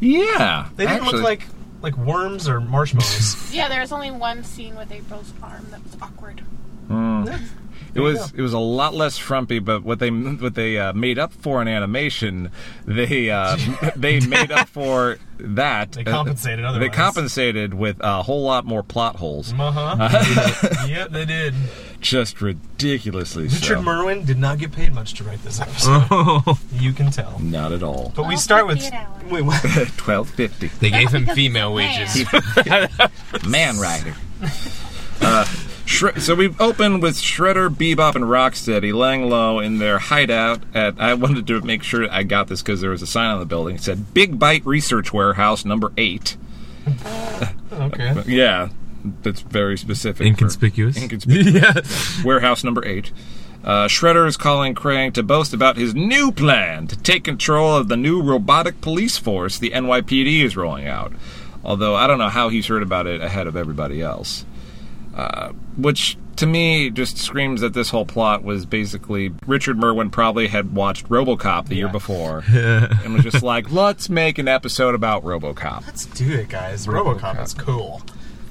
B: Yeah.
C: they didn't
B: actually.
C: look like like worms or marshmallows
E: Yeah, there was only one scene with April's arm that was awkward.
B: Hmm. it was it was a lot less frumpy, but what they what they uh, made up for in animation, they uh, they made up for that.
C: They compensated
B: Uh, They
C: otherwise.
B: compensated with a whole lot more plot holes.
C: uh-huh yep they did
B: Just ridiculously
C: richard
B: so.
C: merwin did not get paid much to write this episode you can tell
B: Not at all.
C: But we
E: Well,
C: start with
E: 58 hours.
C: wait, what?
B: Twelve fifty.
D: They gave him
E: Because
D: female
E: man.
D: wages.
B: Man Rider. uh, Shre- so we open with Shredder, Bebop, and Rocksteady laying low in their hideout. At I wanted to make sure I got this because there was a sign on the building. It said Big Bite Research Warehouse Number Eight.
C: okay.
B: Yeah, that's very specific. for-
D: Inconspicuous.
B: Inconspicuous. Warehouse Number Eight. Uh, Shredder is calling Krang to boast about his new plan to take control of the new robotic police force the NYPD is rolling out. Although I don't know how he's heard about it ahead of everybody else Uh, which to me just screams that this whole plot was basically Richard Merwin probably had watched RoboCop the year before and was just like, let's make an episode about RoboCop.
C: Let's do it, guys. RoboCop, is cool.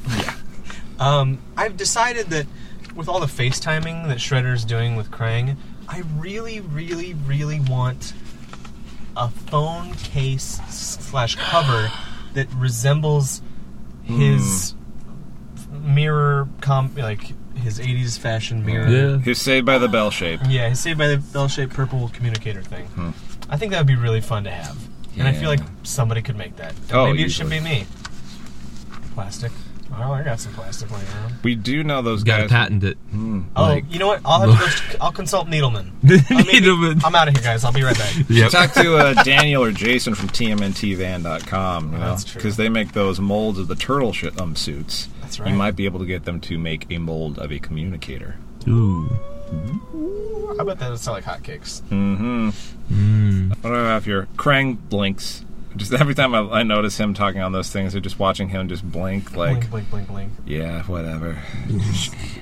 C: Yeah. Um, I've decided that with all the FaceTiming that Shredder's doing with Krang, I really, really, really want a phone case slash cover that resembles his Hmm. mirror comp, like his '80s fashion mirror.
B: Who's saved by the bell shape?
C: Yeah, he's saved by the bell-shaped purple communicator thing. I think that would be really fun to have, and I feel like
B: Hmm. Yeah.
C: somebody could make that. And
B: Oh,
C: maybe
B: easily.
C: it should be me. Plastic. Oh, I got some plastic laying around.
B: We do know those
H: Gotta
B: guys.
H: patent it.
C: Oh, you know what? I'll have to go. I'll consult Needleman. I'll maybe-
H: Needleman.
C: I'm out of here, guys. I'll be right back.
H: Yep.
B: Talk to uh, Daniel or Jason from TMNTvan.com, you know,
C: That's true.
B: because they make those molds of the turtle sh- um, suits.
C: That's
B: You
C: right.
B: might be able to get them to make a mold of a communicator.
H: Ooh.
C: I bet that would sell like hotcakes.
B: What do I have here? Krang blinks. Just every time I, I notice him talking on those things, or just watching him just blink, like
C: Blink, blink, blink, blink.
B: Yeah, whatever.
C: Dude,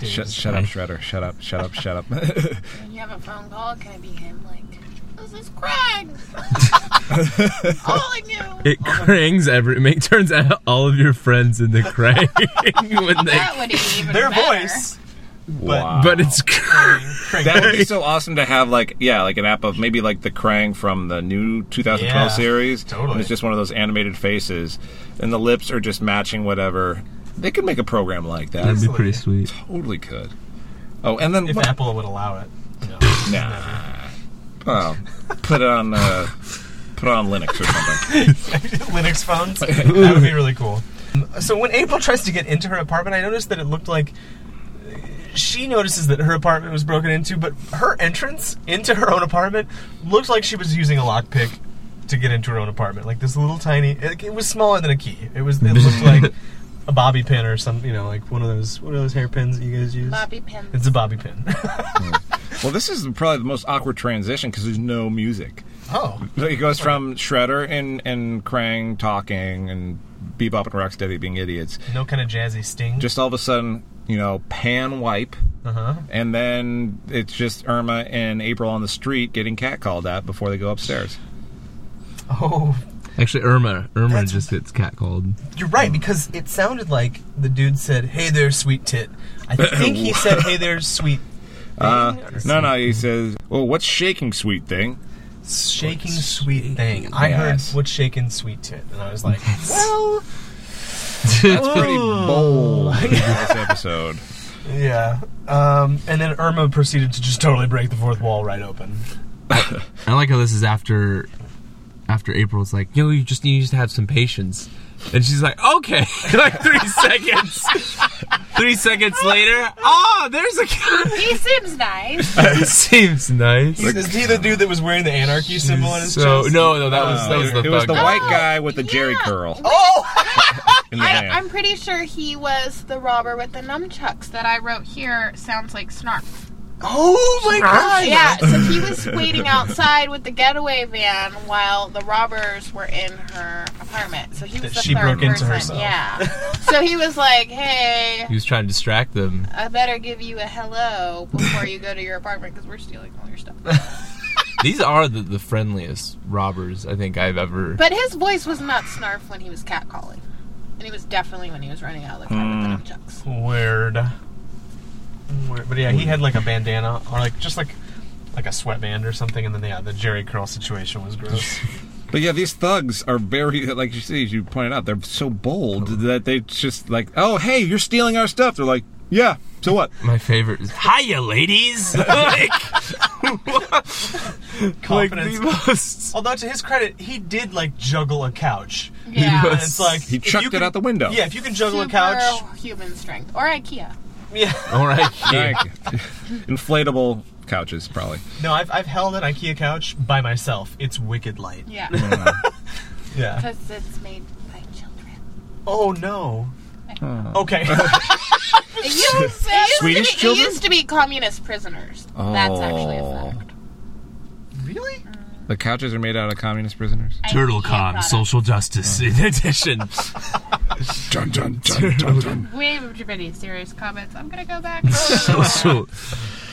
B: shut, shut up, Shredder. Shut up, shut up, shut up.
E: When you have a phone call, can it be him? Like, this is Craig. Calling you.
H: It crangs every. It make, turns out all of your friends into crang. when they,
E: That would be even
C: Their
E: better.
C: voice.
B: wow.
H: but it's crang.
B: that would be so awesome to have, like, yeah, like an app of maybe like the Krang from the new 2012
C: Yeah,
B: series.
C: totally.
B: And it's just one of those animated faces, and the lips are just matching whatever. They could make a program like that.
H: That'd be pretty sweet.
B: totally could. Oh, and then
C: Mm-hmm. If
B: what-
C: Apple would allow it. No.
B: nah. Oh, put it on. Uh, Put it on Linux or something.
C: Linux phones. that would be really cool. So when April tries to get into her apartment, I noticed that it looked like she notices that her apartment was broken into, but her entrance into her own apartment looked like she was using a lockpick to get into her own apartment. Like this little tiny. It, it was smaller than a key. It was. It looked like a bobby pin or some. You know, like one of those. What are those hairpins that you guys use?
E: Bobby pins.
C: It's a bobby pin.
B: Well, this is probably the most awkward transition because there's no music.
C: oh.
B: So it goes from Shredder and and Krang talking and Bebop and Rocksteady being idiots.
C: No kind of jazzy sting.
B: Just all of a sudden, you know, pan wipe,
C: uh huh.
B: and then it's just Irma and April on the street getting catcalled at before they go upstairs.
C: Oh,
H: Actually, Irma. Irma
C: That's-
H: just gets catcalled.
C: You're right because it sounded like the dude said, "Hey there, sweet tit." I think he said, "Hey there, sweet."
B: Uh,
C: thing, or
B: no, no, he says, "Well, what's shaking, sweet thing?"
C: shaking sweet thing. I heard
B: Yes.
C: what's shaking sweet tit, and I was like, "Well,
B: That's pretty bold in this episode.
C: yeah." Um, and then Irma proceeded to just totally break the fourth wall right open.
H: I like how this is after after April's like, yo, you just need to have some patience. And she's like, okay. like three seconds. three seconds later, oh, there's a cat.
E: He seems nice.
H: Seems nice.
C: Is he the dude that was wearing the anarchy symbol on his
H: So
C: chest?
H: no, no, that was that Uh, was the
B: it was
H: thug
B: the
H: guy.
B: white guy with the Jerry
E: yeah.
B: curl
C: Oh,
B: in the
E: I,
B: van.
E: I'm pretty sure he was the robber with the nunchucks that I wrote here. Sounds like snark.
C: oh my god!
E: Yeah, so he was waiting outside with the getaway van while the robbers were in her apartment. So he
C: That
E: was the
C: she
E: third
C: broke into
E: person.
C: herself.
E: Yeah. so he was like, "Hey,
H: He was trying to distract them.
E: I better give you a hello before you go to your apartment because we're stealing all your stuff."
H: These are the, the friendliest robbers I think I've ever.
E: But his voice was not snarf when he was catcalling, and he was definitely when he was running out of the car
C: Mm.
E: with the nunchucks.
C: Weird. Weird. But yeah, he had like a bandana or like just like like a sweatband or something, and then yeah, the Jerry curl situation was gross.
B: But yeah, these thugs are very, like you see, as you pointed out, they're so bold that they just like, oh, hey, you're stealing our stuff. They're like, yeah, so what?
H: My favorite is hiya, ladies. like, like
C: Confidence.
H: the most.
C: Although to his credit, he did like juggle a couch.
E: Yeah.
C: And it's like
B: He
C: if
B: chucked
C: you
B: it
C: can-
B: out the window.
C: Yeah, if you can juggle
E: Super
C: a couch,
E: human strength or IKEA.
C: yeah.
H: All right,
B: Like, inflatable couches, probably.
C: No, I've, I've held an IKEA couch by myself. It's wicked light.
E: Yeah,
C: Yeah.
E: because it's made by children.
C: Oh no. Okay.
E: It used, it used
B: Swedish
E: to be,
B: children?
E: It used to be communist prisoners. That's actually a fact.
B: Oh.
C: really?
B: The couches are made out of communist prisoners.
H: TurtleCon, social justice in edition.
B: Dun, dun, dun, dun, dun.
E: We have too many serious comments. I'm gonna go back.
H: so,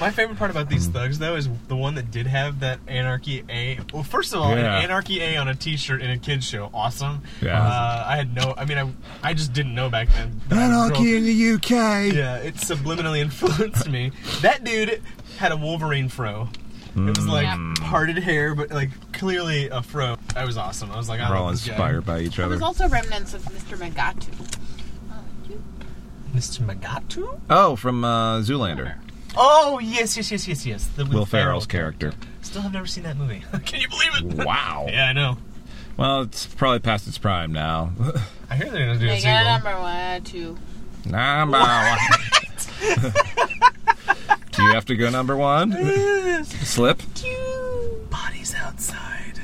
C: My favorite part about these thugs though is the one that did have that anarchy A. Well, first of all,
B: Yeah.
C: an anarchy A on a T-shirt in a kids show, awesome.
B: Yeah.
C: Uh, I had no. I mean, I I just didn't know back then. that I was girl.
B: Anarchy in the UK.
C: Yeah, it subliminally influenced me. That dude had a Wolverine fro. It was like
E: Mm. Yeah.
C: parted hair, but like clearly a fro. That was awesome. I was like, I
B: We're all
C: love this guy.
B: inspired by each
E: There's
B: other.
E: also remnants of Mr. Magatu. Oh, you-
C: Mr. Magatu?
B: Oh, from uh, Zoolander.
C: Oh yes, yes, yes, yes, yes. The
B: Will Ferrell's character.
C: Still have never seen that movie. Can you believe it?
B: Wow.
C: Yeah, I know.
B: Well, it's probably past its prime now.
C: I hear they're gonna do a
E: They got a
C: sequel.
E: number one, two.
B: Number one. Do you have to go number one? Slip.
C: Bodies outside.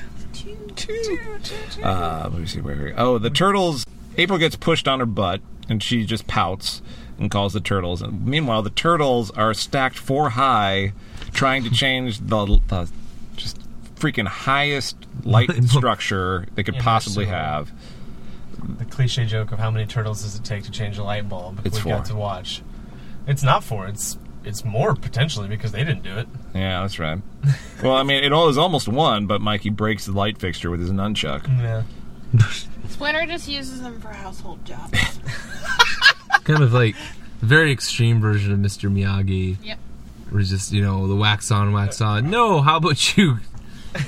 B: Uh, let me see where. Oh, the turtles. April gets pushed on her butt, and she just pouts and calls the turtles. And meanwhile, the turtles are stacked four high, trying to change the, the just freaking highest light structure they could
C: Yeah,
B: possibly
C: absolutely.
B: have.
C: The cliche joke of how many turtles does it take to change a light bulb?
B: It's
C: we got
B: four.
C: to watch. It's not four. It's it's more potentially because they didn't do it.
B: Yeah, that's right. well, I mean, it all is almost one, but Mikey breaks the light fixture with his nunchuck.
C: Yeah.
E: Splinter just uses them for household jobs.
H: kind of like very extreme version of Mr. Miyagi.
E: Yep.
H: Where it's just, you know, the wax on, wax on. No, how about you?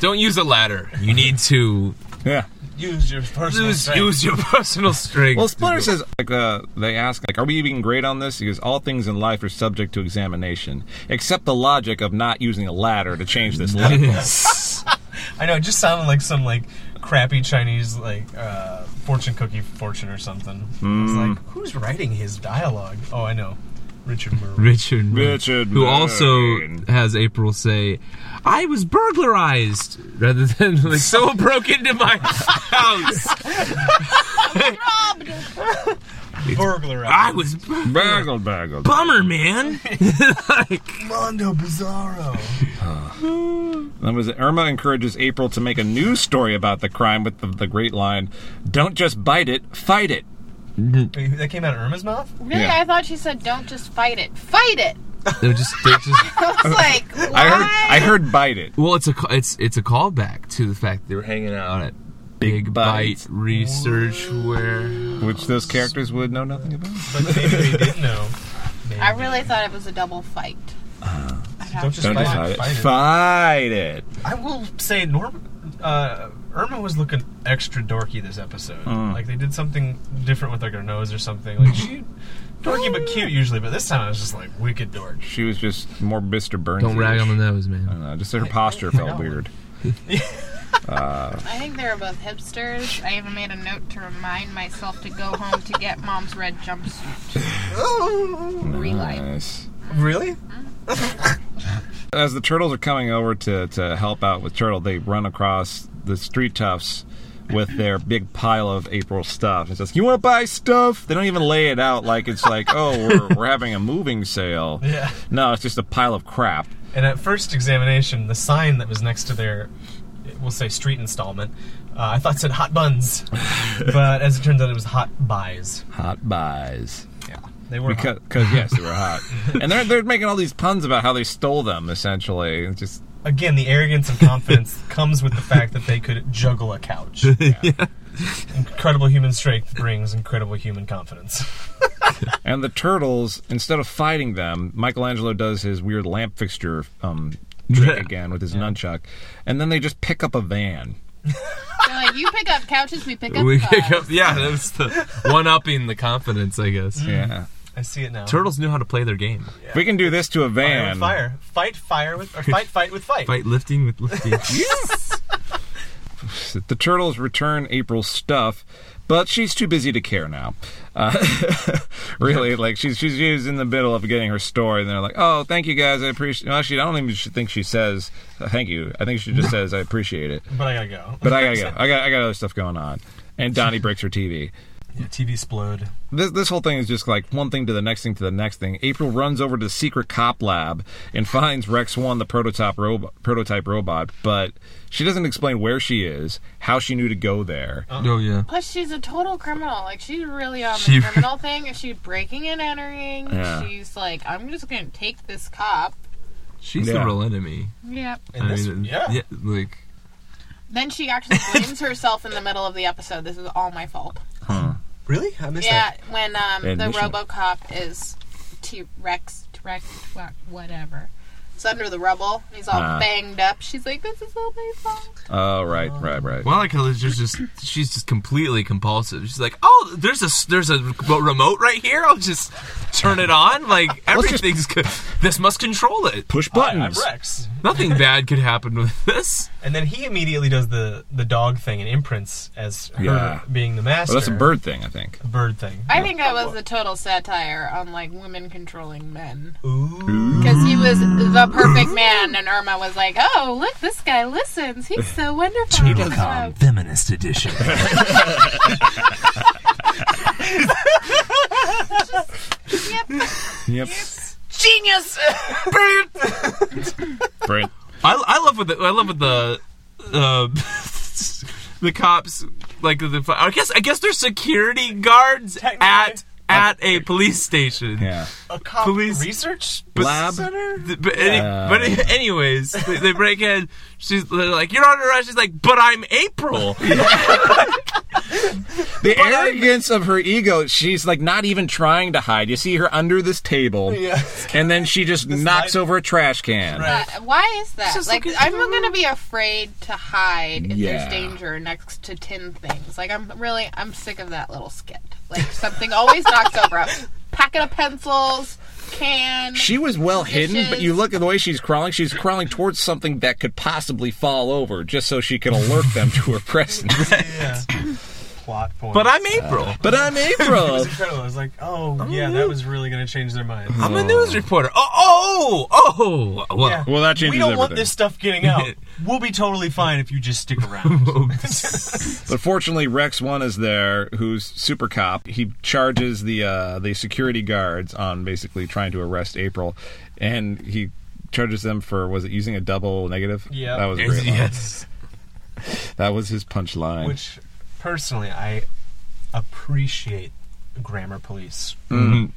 H: Don't use a ladder. You need to
B: Yeah.
C: Use your personal
H: use, use your personal strength.
B: Well,
H: to
B: Splinter
H: do-
B: says like uh, they ask like, "Are we even great on this?" Because all things in life are subject to examination, except the logic of not using a ladder to change this light. bulb."
H: Yes.
C: I know. It just sounded like some like crappy Chinese like uh, fortune cookie fortune or something. It's like who's writing his dialogue? Oh, I know. Richard Murray.
D: Richard, Murray,
B: Richard
D: who also
B: Murray.
D: has April say, "I was burglarized," rather than like someone broke into my house.
C: Burglar.
D: I was bur-
B: Bagel, bagel.
D: bummer, man.
C: Mondo Bizarro.
B: That was Irma encourages April to make a news story about the crime with the, the great line, "Don't just bite it, fight it."
C: Wait, that came out of Irma's mouth?
E: Really?
B: Yeah.
E: I thought she said, don't just fight it. Fight it!
D: They're just, they're just
E: I was like, what?
B: I heard, I heard, bite it.
D: well, it's a ca- it's it's a callback to the fact that they were hanging out at Big, Bite,
B: Bite.
D: Research, where
B: Which those characters would know nothing about.
C: But maybe they did know.
E: I really thought it was a double fight.
C: Don't just
B: Uh, Don't
C: fight,
B: decide
C: it.
B: it.
C: Fight it.
B: Fight it.
C: I will say, Norm, uh, Irma was looking extra dorky this episode. Like they did something different with like her nose or something. Like she dorky but cute usually, but this time I was just like wicked dork.
B: She was just more Mr. Burns.
D: don't rag on the nose, man.
B: just her posture felt
C: got one.
B: weird.
E: I think they were both hipsters. I even made a note to remind myself to go home to get mom's red jumpsuit. Relight.
B: Nice.
C: Really?
B: As the turtles are coming over to, to help out with Turtle, they run across the street toughs with their big pile of April stuff. It says, You want to buy stuff? They don't even lay it out like it's like, oh, we're, we're having a moving sale.
C: Yeah.
B: No, it's just a pile of crap.
C: And at first examination, the sign that was next to their, we'll say street installment, uh, I thought said hot buns, but as it turns out, it was hot buys.
B: Hot buys. Yeah.
C: They were
B: Because,
C: hot.
B: cause, yes, they were hot. and they're, they're making all these puns about how they stole them, essentially. It's just
C: again the arrogance and confidence comes with the fact that they could juggle a couch. Incredible human strength brings incredible human confidence.
B: And the turtles, instead of fighting them, Michelangelo does his weird lamp fixture um, trick again with his nunchuck, and then they just pick up a van.
E: They're like, you pick up couches, we pick up
D: we
E: cars.
D: pick up, yeah, that was the one upping the confidence, I guess.
C: Mm.
B: Yeah,
C: I see it now.
D: Turtles knew how to play their game.
B: if we can do this to a
C: fire,
B: van.
C: with fire, fight fire with or fight fight with fight.
D: Fight lifting with lifting.
B: The turtles return April's stuff, but she's too busy to care now. Uh, really, like she's she's she's in the middle of getting her story, and they're like, "Oh, thank you guys, I appreciate." Well, actually, I don't even think she says uh, "thank you." I think she just says, "I appreciate it."
C: But I gotta go.
B: But I gotta go. I got I got other stuff going on. And Donnie breaks her TV.
C: Yeah, TV explode.
B: This this whole thing is just like one thing to the next thing to the next thing. April runs over to the secret cop lab and finds Rex One, the prototype robot, prototype robot, but she doesn't explain where she is, how she knew to go there.
D: oh yeah.
E: Plus, she's a total criminal. Like, she's really on the
D: She-
E: criminal thing. She's breaking and entering.
B: Yeah.
E: She's like, I'm just going to take this cop.
D: She's
B: Yeah.
D: the real enemy.
E: Yep.
C: And this, yeah.
D: like
E: Then she actually blames herself in the middle of the episode. This is all my fault.
C: Really? I missed
E: Yeah, when um, the
B: Admission.
E: RoboCop is T Rex, T Rex, whatever. It's under the rubble. He's all
B: Ah.
E: banged up. She's like, "This is all my fault."
B: Oh, right, right, right.
D: well, I like how there's just just- she's just completely compulsive. She's like, oh, there's a s- there's a r- remote right here. I'll just turn it on. Like
B: just-
D: everything's good. This must control it.
B: Push
C: that. Hi, I'm
B: buttons.
C: Rex.
D: Nothing bad could happen with this.
C: And then he immediately does the the dog thing and imprints as her
B: Yeah.
C: being the master.
B: Well, that's a bird thing, I think.
C: Bird thing.
E: I think that was a total satire on like women controlling men
C: Ooh.
E: because he was the perfect man, and Irma was like, "Oh, look, this guy listens. He's so wonderful." So-
D: Feminist Edition.
B: Yep.
E: Genius.
B: Right.
D: I, I love what the, I love what the uh, the cops like the I guess I guess they're security guards at
C: Technically.
D: at a police station.
B: Yeah.
C: A cop
D: Police-
C: research
B: Lab.
C: center.
D: Th- But, any,
B: Yeah.
D: but any- anyways, they, they break in. She's they're like, "You're under arrest." She's like, "But I'm April."
B: The arrogance of her ego, she's like not even trying to hide. You see her under this table,
C: Yeah.
B: and then she just knocks
C: light-
B: over a trash can.
C: Right.
E: Uh, why is that?
D: just
E: Like,
D: looking
E: I'm gonna be afraid to hide if
B: Yeah.
E: there's danger next to tin things. Like, I'm really, I'm sick of that little skit. Like, something always knocks over a packet of pencils, can.
B: She was well hidden, but
E: Dishes.
B: you look at the way she's crawling. She's crawling towards something that could possibly fall over, just so she could alert them to her presence.
C: Yeah. plot point.
D: But I'm April.
B: But I'm
C: It
B: April.
C: was incredible. I was like, oh yeah, that was really gonna change their minds.
B: Uh-huh.
D: I'm a news reporter. Oh, oh, oh. Well,
C: Yeah.
B: well, that changes
C: we don't want
B: everything.
C: this stuff getting out. We'll be totally fine if you just stick around.
B: But fortunately, Rex One is there, who's super cop. He charges the uh, the security guards on basically trying to arrest April, and he charges them for was it using a double negative?
C: Yeah.
B: that was a great. line.
D: yes.
B: That was his punchline.
C: Which, personally, I appreciate grammar police.
B: Mm-hmm.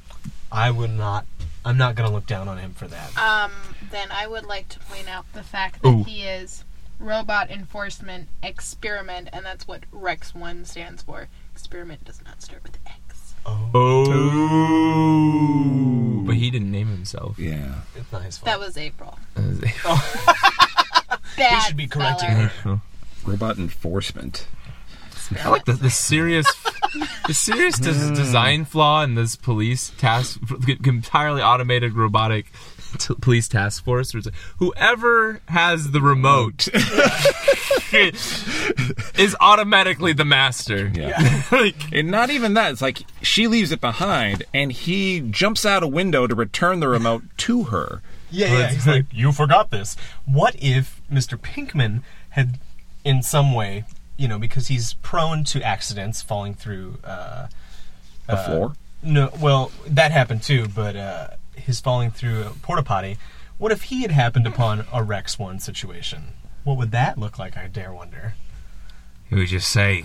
C: I would not. I'm not gonna look down on him for that.
E: Um, then I would like to point out the fact that he is Robot Enforcement Experiment, and that's what Rex 1 stands for. Experiment does not start with X.
B: Oh.
D: But he didn't name himself.
B: yeah,
C: It's not his fault.
E: That was April. Bad
C: He should be correcting
E: feller.
B: robot enforcement.
D: I like the, the serious, the serious des- design flaw in this police task, entirely automated robotic t- police task force. Where it's like, whoever has the remote is automatically the master.
B: Yeah.
D: like,
B: And not even that. It's like she leaves it behind, and he jumps out a window to return the remote to her.
C: Yeah, yeah. He's like, you forgot this. What if Mr. Pinkman had, in some way, you know, because he's prone to accidents, falling through. Uh,
B: The floor.
C: no, well, that happened too, but uh, his falling through a porta potty. What if he had happened upon a Rex One situation? What would that look like? I dare wonder.
D: he would just say,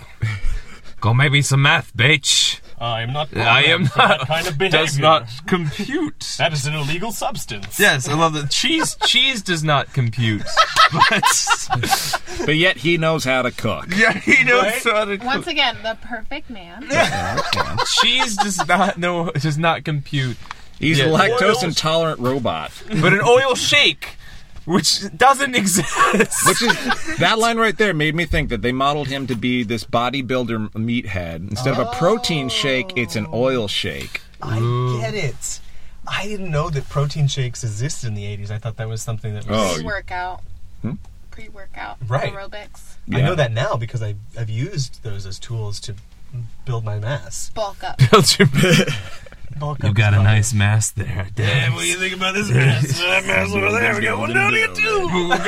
D: "Go make me some math, bitch."
C: I am not.
D: I am
C: for
D: not.
C: that kind of behavior.
D: does not compute.
C: That is an illegal substance.
D: Yes, I love that. Cheese, cheese does not compute. but
B: But yet he knows how to cook.
D: yeah, he knows
C: Right?
D: how to
E: Once again, the perfect man.
D: cheese does not know does not compute.
B: He's
D: Yeah.
B: a lactose intolerant robot.
D: But an oil shake, which doesn't exist.
B: Which is that line right there made me think that they modeled him to be this bodybuilder meathead. Instead of a protein shake, it's an oil shake.
C: I get it. I didn't know that protein shakes existed in the '80s. I thought that was something that was.
B: Oh, Hmm?
E: Pre workout. Pre workout.
C: Right.
E: Aerobics.
C: I
B: Yeah.
C: know that now because I've, I've used those as tools to build my mass.
E: Bulk up.
C: Bulk
H: You've
C: up
H: got a
C: is my-
H: nice mass there. Damn.
D: do you think about this mess? That mess over there. We got one down here too.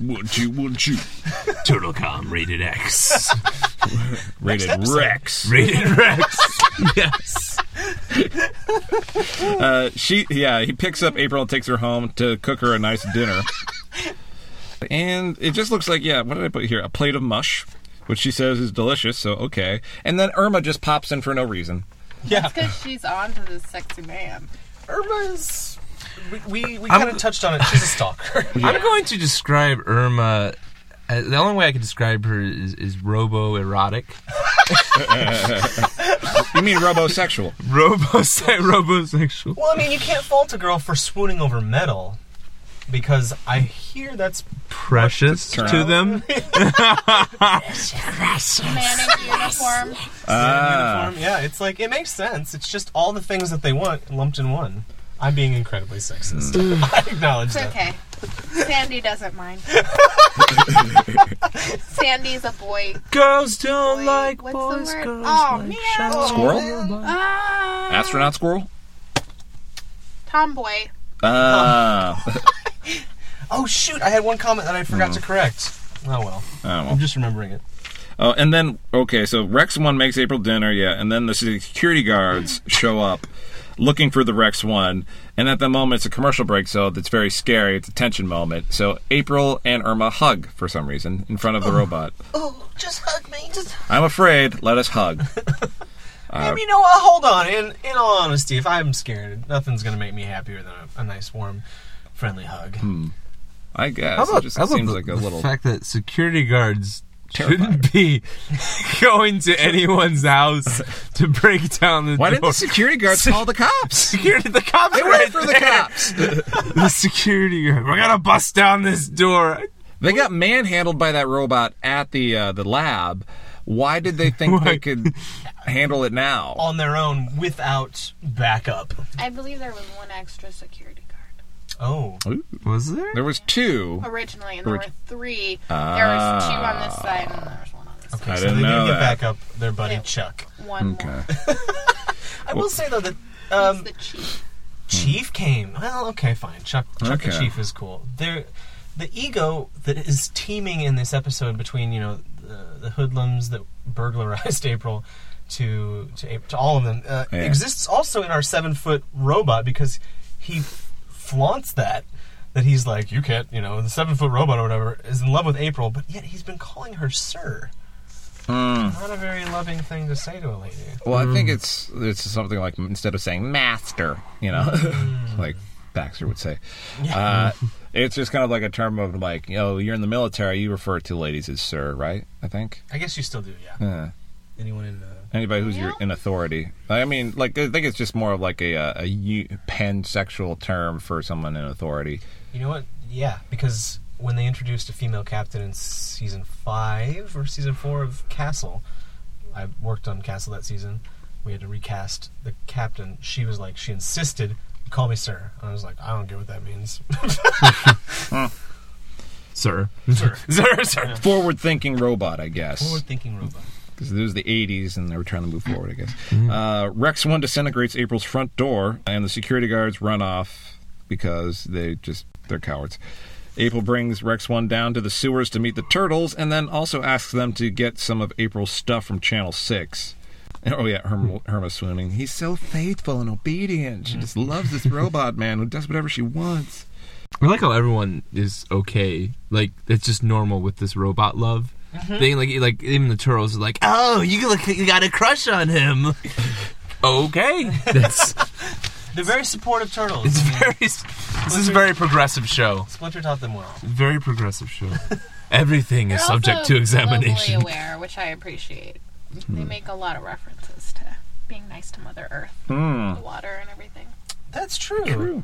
B: Would you? Would you?
H: TurtleCom rated X.
B: Rated Rex.
H: rated Rex. yes.
B: Uh, she, yeah, he picks up April and takes her home to cook her a nice dinner. and it just looks like, yeah, what did I put here? A plate of mush, which she says is delicious. So okay. And then Irma just pops in for no reason.
C: Yeah.
E: Because she's on to this sexy man.
C: Irma's. We, we, we kind of touched on it. She's a stalker.
D: I'm going to describe Irma. Uh, the only way I can describe her is, is robo erotic.
B: You mean robosexual?
D: Robo robosexual.
C: well, I mean, you can't fault a girl for swooning over metal because I hear that's.
D: Precious to them.
E: Man in uniform.
H: Uh.
B: Ah,
C: Uniform. Yeah, it's like, it makes sense. It's just all the things that they want lumped in one. I'm being incredibly sexist.
H: Mm.
C: I acknowledge
E: It's
C: that.
E: okay. Sandy doesn't mind. Sandy's a boy.
D: Girls don't
E: Boy-
D: like
E: what's
D: boys.
E: the word?
D: Girls
E: oh
D: like
E: man.
B: squirrel,
E: Ah.
B: astronaut squirrel.
E: Tomboy.
B: Ah.
C: Oh, shoot. I had one comment that I
H: Mm.
C: forgot to correct. Oh, well.
B: Oh, well.
C: I'm just remembering it.
B: Oh, and then okay, so Rex One makes April dinner, yeah, and then the security guards show up looking for the Rex One, and at that moment it's a commercial break, so that's very scary. It's a tension moment. So April and Irma hug for some reason in front of the robot.
F: Oh, just hug me. Just
B: I'm afraid. Let us hug.
C: I mean, you know what? Hold on. In in all honesty, if I'm scared, nothing's gonna make me happier than a, a nice, warm, friendly hug.
B: Hmm. I guess
D: How about,
B: it just
D: how about
B: seems
D: the,
B: like a
D: the
B: little.
D: fact that security guards
B: Terrified.
D: shouldn't be going to anyone's house to break down the
B: Why
D: door?
B: didn't the security guards call the cops?
D: security the cops
B: They
D: were
B: went for the
D: there.
B: cops.
D: The security guard. We're gonna bust down this door.
B: They got manhandled by that robot at the uh, the lab. Why did they think they
D: Why?
B: could handle it now?
C: On their own, without backup.
E: I believe there was one extra security guard
C: Oh,
D: Was there?
B: There was two.
E: originally, and there
B: Orig-
E: were three. There was two on this side, and there was one on the
C: Okay,
B: I
C: so
B: didn't
C: they
B: know
C: do get
B: that.
C: back up their buddy
E: Yeah.
C: Chuck.
E: One more.
B: Okay.
C: I will say though that
E: He's
C: um,
E: the chief.
C: Chief came. Well, okay, fine. Chuck, Chuck the
B: Okay.
C: Chief is cool. There, the ego that is teeming in this episode between you know the, the hoodlums that burglarized April to to, Ap- to all of them uh,
B: Yeah.
C: exists also in our seven foot robot because he flaunts that. That he's like, you can't, you know, the seven foot robot or whatever is in love with April, but yet he's been calling her sir.
B: Hmm.
C: Not a very loving thing to say to a lady.
B: Well, I think it's it's something like instead of saying master, you know, like Baxter would say, uh, it's just kind of like a term of like, you know, you're in the military, you refer to ladies as sir, right? I think.
C: I guess you still do, yeah.
B: Yeah.
C: Anyone in uh,
B: Anybody who's your, in authority. I mean, like I think it's just more of like a uh, a u- pansexual term for someone in authority.
C: You know what? Yeah, because when they introduced a female captain in season five or season four of Castle, I worked on Castle that season. We had to recast the captain. She was like, she insisted, "Call me sir," and I was like, "I don't get what that means."
H: sir.
D: Sir, sir.
B: Forward thinking robot, I guess.
C: Forward-thinking robot.
B: because it was the 80s and they were trying to move forward, I guess. Uh, Rex 1 disintegrates April's front door, and the security guards run off because they just, they're cowards. April brings Rex 1 down to the sewers to meet the turtles and then also asks them to get some of April's stuff from Channel 6. And- Oh yeah, Herm, Herma swimming. He's so faithful and obedient. She just loves this robot man who does whatever she wants.
H: I like how everyone is okay. Like it's just normal with this robot love.
B: Mm-hmm.
H: They like like even the turtles are like, oh, you look, you got a crush on him. okay, that's
C: They're very supportive turtles.
H: it's
C: I mean,
H: very. This is a very progressive show.
C: Splinter taught them well.
H: Very progressive show. Everything is
E: They're
H: subject
E: also
H: to examination.
E: globally aware, which I appreciate. They make a lot of references to being nice to Mother Earth, the water, and everything.
C: That's true.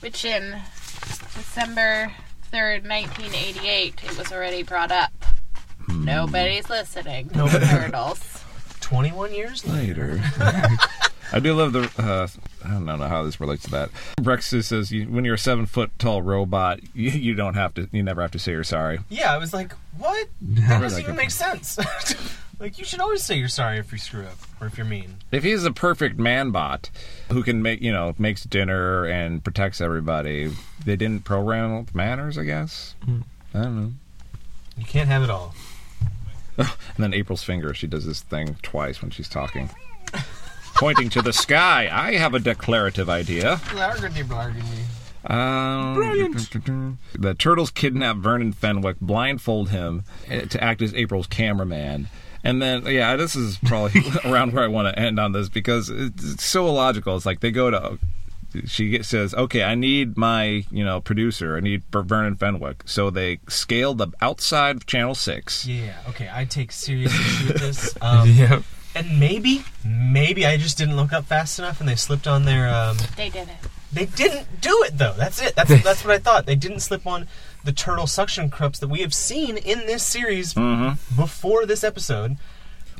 E: Which in December third, nineteen eighty-eight, it was already brought up. Nobody's listening. No turtles.
C: Twenty-one years later.
B: later. I do love the. Uh, I don't know how this relates to that. Rex just says, you, "When you're a seven foot tall robot, you, you don't have to. You never have to say you're sorry."
C: Yeah, I was like, what? That doesn't even make sense. like, you should always say you're sorry if you screw up or if you're mean.
B: If he's a perfect man bot who can make you know makes dinner and protects everybody, they didn't program him with manners, I guess. I don't know.
C: You can't have it all.
B: And then April's finger, she does this thing twice when she's talking. Pointing to the sky, I have a declarative idea. Um, The turtles kidnap Vernon Fenwick, blindfold him eh, to act as April's cameraman. And then, yeah, this is probably around where I want to end on this because it's it's so illogical. It's like they go to, she get- says, okay, I need my, you know, producer. I need Ver- Vernon Fenwick. So they scale the outside of Channel 6.
C: Yeah, okay, I take serious issue with this. Um,
H: Yep.
C: And maybe, maybe I just didn't look up fast enough and they slipped on their. Um,
E: They did it.
C: they didn't do it, though. That's it. That's, that's what I thought. They didn't slip on the turtle suction cups that we have seen in this series before this episode.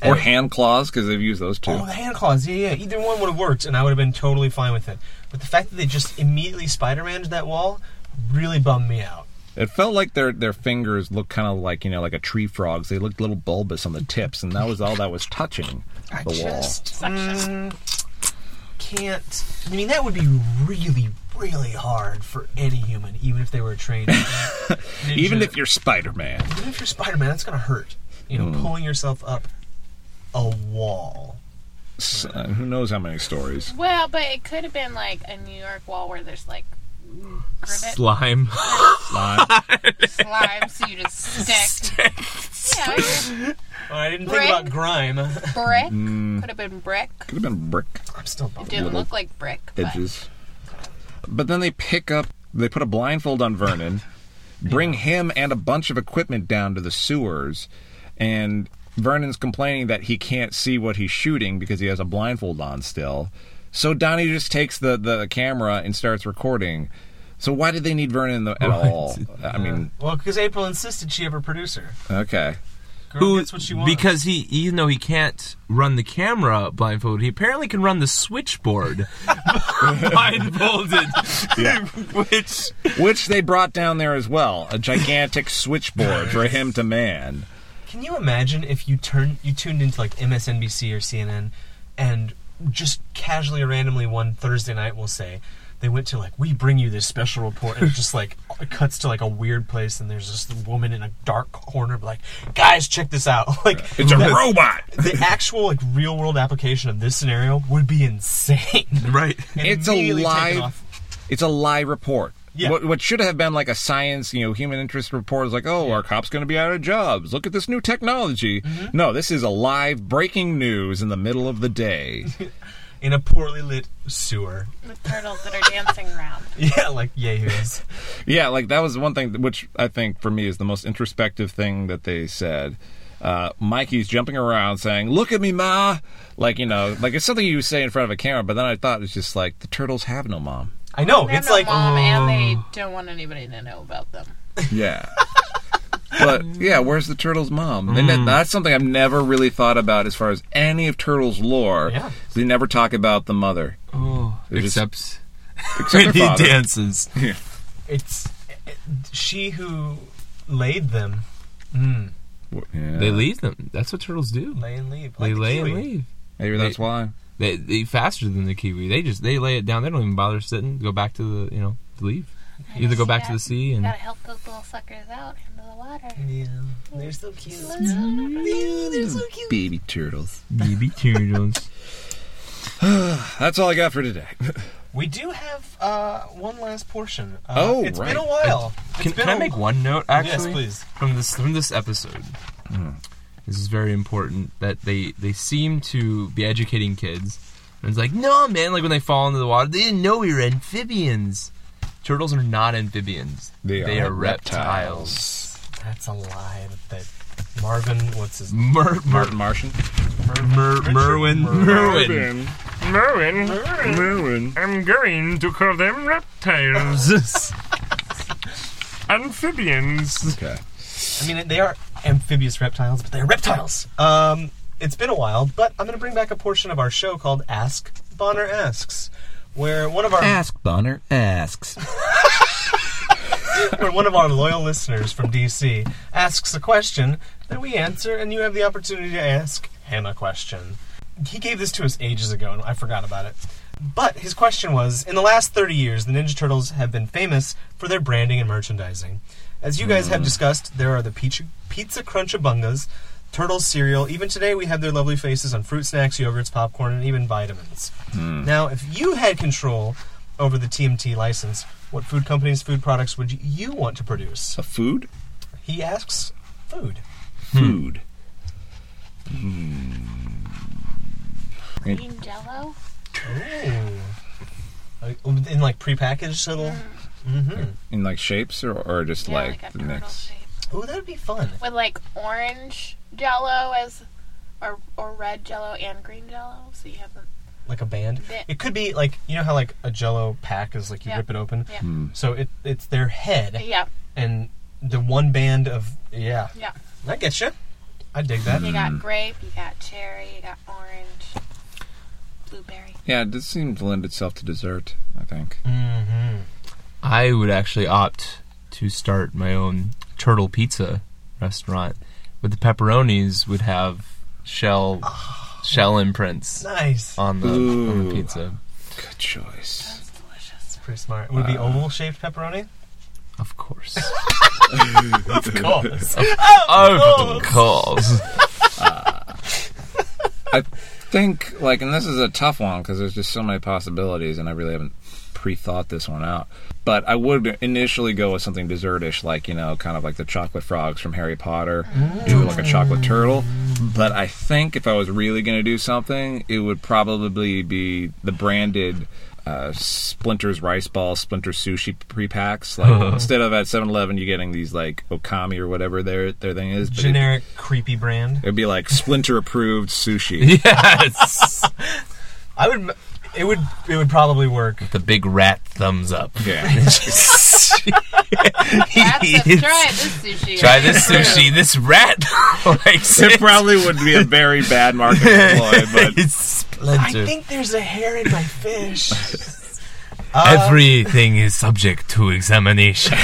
B: Mm-hmm. Or hand claws because they've used those too.
C: Oh, the hand claws. Yeah, yeah. Either one would have worked, and I would have been totally fine with it. But the fact that they just immediately Spider-Maned that wall really bummed me out.
B: It felt like their their fingers looked kind of like you know like a tree frog's. They looked a little bulbous on the tips, and that was all that was touching the wall.
C: Just mm, can't. I mean, that would be really, really hard for any human, even if they were a trained. ninja.
B: Even if you're Spider Man,
C: even if you're Spider-Man, that's gonna hurt. You
B: Hmm.
C: know, pulling yourself up a wall.
B: uh, who knows how many stories?
E: Well, but it could have been like a New York wall where there's like privet
H: Slime.
B: Slime.
E: slime, so you just stick. Yeah, or just
C: Well, I didn't
E: Brick.
C: think about grime. I'm
E: brick could have been brick.
B: Could have been brick
C: still bummed.
E: Didn't
B: Little
E: look like brick. But
B: edges. But then they pick up. They put a blindfold on Vernon, bring him and a bunch of equipment down to the sewers, and Vernon's complaining that he can't see what he's shooting because he has a blindfold on still. So Donnie just takes the, the camera and starts recording. So why did they need Vernon though, at all? I mean,
C: Well, because April insisted she have her producer.
B: okay.
C: Girl
H: Who-
C: gets what she wants.
H: because he, even though he can't run the camera blindfolded, he apparently can run the switchboard blindfolded. Which
B: Which they brought down there as well, a gigantic switchboard for him to man.
C: Can you imagine if you turned you tuned into like MSNBC or CNN, and just casually randomly one Thursday night will say they went to like we bring you this special report and it just like it cuts to like a weird place and there's this woman in a dark corner like guys check this out like
B: It's a
C: that-
B: robot.
C: the actual like real world application of this scenario would be insane
D: Right.
C: And
B: It's a
C: immediately taken
B: live-
C: off.
B: It's a lie report.
C: Yeah.
B: What, what should have been like a science, you know, human interest report is like, oh, our cops going to be out of jobs. Look at this new technology.
C: Mm-hmm.
B: No, this is a live breaking news in the middle of the day.
C: in a poorly lit sewer
E: with turtles that are dancing around.
C: yeah like yahoos
B: Yeah, like that was one thing th- which I think for me is the most introspective thing that they said. Uh, Mikey's jumping around saying, "Look at me, ma!" Like you know, like it's something you say in front of a camera. But then I thought it's just like the turtles have no mom.
C: I know
E: They're
C: it's
E: no
C: like
E: mom,
C: oh.
E: and
D: um,
E: they don't want anybody to know about them.
B: Yeah. but yeah, where's the turtle's mom? And
D: Mm.
B: that, that's something I've never really thought about as far as any of turtles lore.
C: Yeah.
B: They never talk about the mother.
D: Oh,
B: It is-
D: except
B: Except
D: he
B: their father.
D: dances.
C: it's it, she who laid them. Mm.
B: Yeah.
D: They leave them. That's what turtles do.
C: Lay and leave. like
D: They
C: the
D: lay and
C: kiwi.
D: leave.
B: Maybe that's why.
D: They they faster than the kiwi. They just they lay it down. They don't even bother sitting. Go back to the you know leave. Either go back to the sea and
E: Gotta help those little suckers out into the water.
C: Yeah, they're so cute.
B: Baby turtles.
D: baby turtles.
B: That's all I got for today.
C: We do have uh, one last portion. Uh,
B: Oh,
C: it's
B: right.
C: been a while. It's
D: Can,
C: been
D: can I
C: a-
D: make one note actually?
C: Yes, please.
D: From this from this episode. This is very important that they they seem to be educating kids. And it's like, no man, like when they fall into the water, they didn't know we were amphibians. Turtles are not amphibians. reptiles.
C: That's a lie. That, that Marvin, what's his
D: Mer, mer,
B: Martin Martian.
D: mer, Merwin. Merwin.
I: Merwin,
B: Merwin.
I: I'm going to call them reptiles. Amphibians.
B: Okay.
C: I mean, they are amphibious reptiles, but they're reptiles. Um, it's been a while, but I'm going to bring back a portion of our show called Ask Bonner Asks, where one of our
J: Bonner asks.
C: where one of our loyal listeners from DC asks a question that we answer, and you have the opportunity to ask him a question. He gave this to us ages ago, and I forgot about it. But his question was In the last 30 years, the Ninja Turtles have been famous for their branding and merchandising. As you guys have discussed, there are the Pizza, pizza Crunchabungas, Turtle cereal. Even today, we have their lovely faces on fruit snacks, yogurts, popcorn, and even vitamins. Now, if you had control over the TMT license, what food companies, food products would you want to produce?
B: A food?
C: He asks food.
D: Hmm.
B: Food.
E: Green jello?
C: Like, In like prepackaged little.
E: Mm.
B: In like shapes or, or just
E: Yeah,
B: like,
E: like, a
B: the
E: turtle
B: mix?
E: shape.
C: Oh, that would be fun.
E: With like orange jello as or or red jello and green jello, so you have them.
C: Like a band.
E: Bit.
C: It could be like you know how like a Jello pack is like you
E: Yeah.
C: rip it open.
E: Yeah.
B: Hmm.
C: So it it's their head
E: Yeah,
C: and the one band of yeah.
E: yeah.
C: I get you. I dig that.
B: Hmm.
E: You
D: Mm.
E: got grape, you got cherry, you got orange, blueberry.
B: Yeah, it does seem to lend itself to dessert, I think.
C: Mm-hmm.
D: I would actually opt to start my own turtle pizza restaurant, but the pepperonis would have shell shell imprints
C: Nice.
D: on the, on
B: Ooh.
D: the pizza.
B: Good choice.
E: It's delicious.
C: Pretty smart. Would it
B: Uh,
C: be oval shaped pepperoni?
D: Of course,
C: Of course.
D: of course.
B: I think, like, and this is a tough one because there's just so many possibilities, and I really haven't pre-thought this one out. But I would initially go with something dessertish, like you know, kind of like the chocolate frogs from Harry Potter, do like a chocolate turtle. But I think if I was really going to do something, it would probably be the branded. Uh, Splinter's rice ball, Splinter sushi pre-packs. Like instead of at 7-Eleven, you're getting these like Okami or whatever their their thing is. but it-
C: Generic creepy brand.
B: It'd be like Splinter approved sushi.
D: yes,
C: I would. m- It would. It would probably work.
D: the big rat thumbs up.
B: Yeah.
E: That's a, try this sushi.
D: Try this sushi. This rat likes
B: it probably would be a very bad market employ, but
D: It's splinter.
C: there's a hair in my fish.
D: Everything is subject to examination.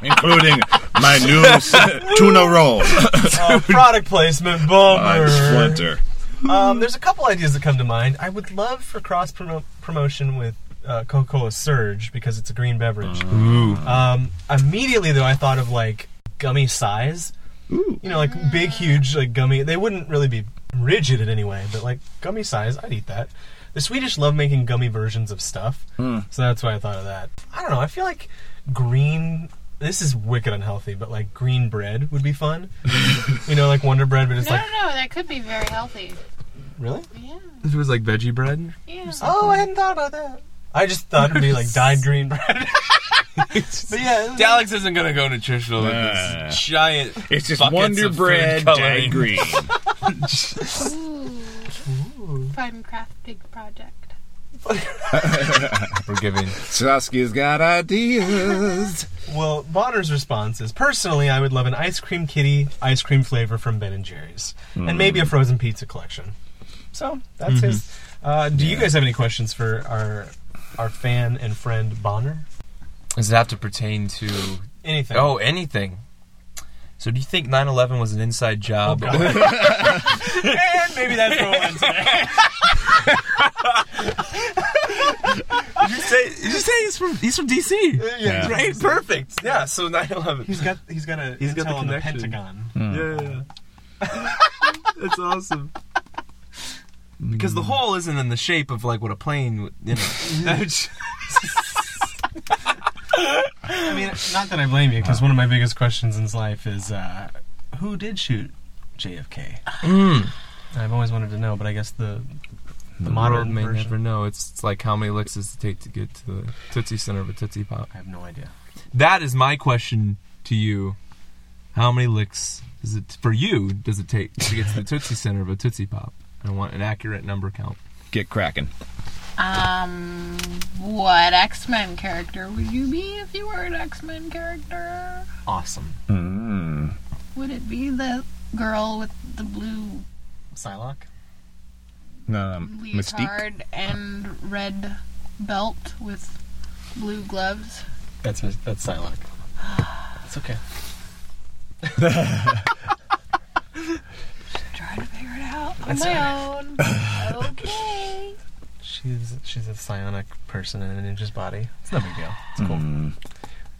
B: including my new s- tuna roll.
C: Uh, product placement,
B: I'm
C: bummer.
B: Splinter.
C: Um, there's a couple ideas that come to mind. I would love for cross promo- promotion with uh, Coca-Cola Surge because it's a green beverage. Ooh. Um, immediately though, I thought of like gummy size. Ooh. You know, like big, huge, like gummy. They wouldn't really be rigid in any way, but like gummy size, I'd eat that. The Swedish love making gummy versions of stuff, so that's why I thought of that. I don't know. I feel like green. This is wicked unhealthy, but like green bread would be fun. you know, like Wonder Bread, but it's
E: No,
C: like
E: no, that could be very healthy.
C: really.
E: Yeah,
H: If it was like veggie bread,
E: yeah.
C: Oh, I hadn't thought about that. I just thought it'd be like dyed green bread. but yeah, it
H: Alex isn't gonna go nutritional with
B: Nah.
H: this giant.
B: Uh, It's just
H: buckets
B: Wonder
H: of food
B: Bread
H: coloring.
B: dyed green.
E: Ooh. Fun crafting project.
H: We're giving.
B: Trotsky's got ideas.
C: was- well, Bonner's response is personally, I would love an ice cream kitty ice cream flavor from Ben and Jerry's, and maybe a frozen pizza collection. So that's his. Uh, do you guys have any questions for our our fan and friend Bonner?
D: Does it have to pertain to
C: Anything?
D: oh anything? So do you think 9/11 was an inside job?
C: God. and maybe that's what we're today.
D: you say, did you say he's from he's from DC?
B: Yeah.
D: Right, perfect. Yeah, so 9/11.
C: He's got he's got a
D: He's got
C: intel
D: the
C: on the
D: connection.
C: Pentagon.
D: Hmm. Yeah. That's awesome. Because the hole isn't in the shape of like what a plane, would- you know.
C: I mean, not that I blame you, because one of my biggest questions in life is uh, who did shoot JFK. I've always wanted to know, but I guess the Hmm. the,
D: Model
C: modern
D: may
C: version.
D: never know. It's, it's like how many licks does it take to get to the Tootsie Center of a Tootsie Pop?
C: I have no idea.
D: That is my question to you. How many licks does it for you does it take to get to the Tootsie Center of a Tootsie Pop? I want an accurate number count.
B: Get cracking.
E: Um, what X Men character would you be if you were an X Men character?
C: Awesome.
B: Mm.
E: Would it be the girl with the blue
C: Psylocke.
B: Um, Mystique.
E: leotard and red belt with blue gloves?
C: That's Miss- that's Psylocke. It's okay.
E: Trying to figure it out on my own. okay.
C: She's she's a psionic person in a ninja's body. It's no big deal. It's cool.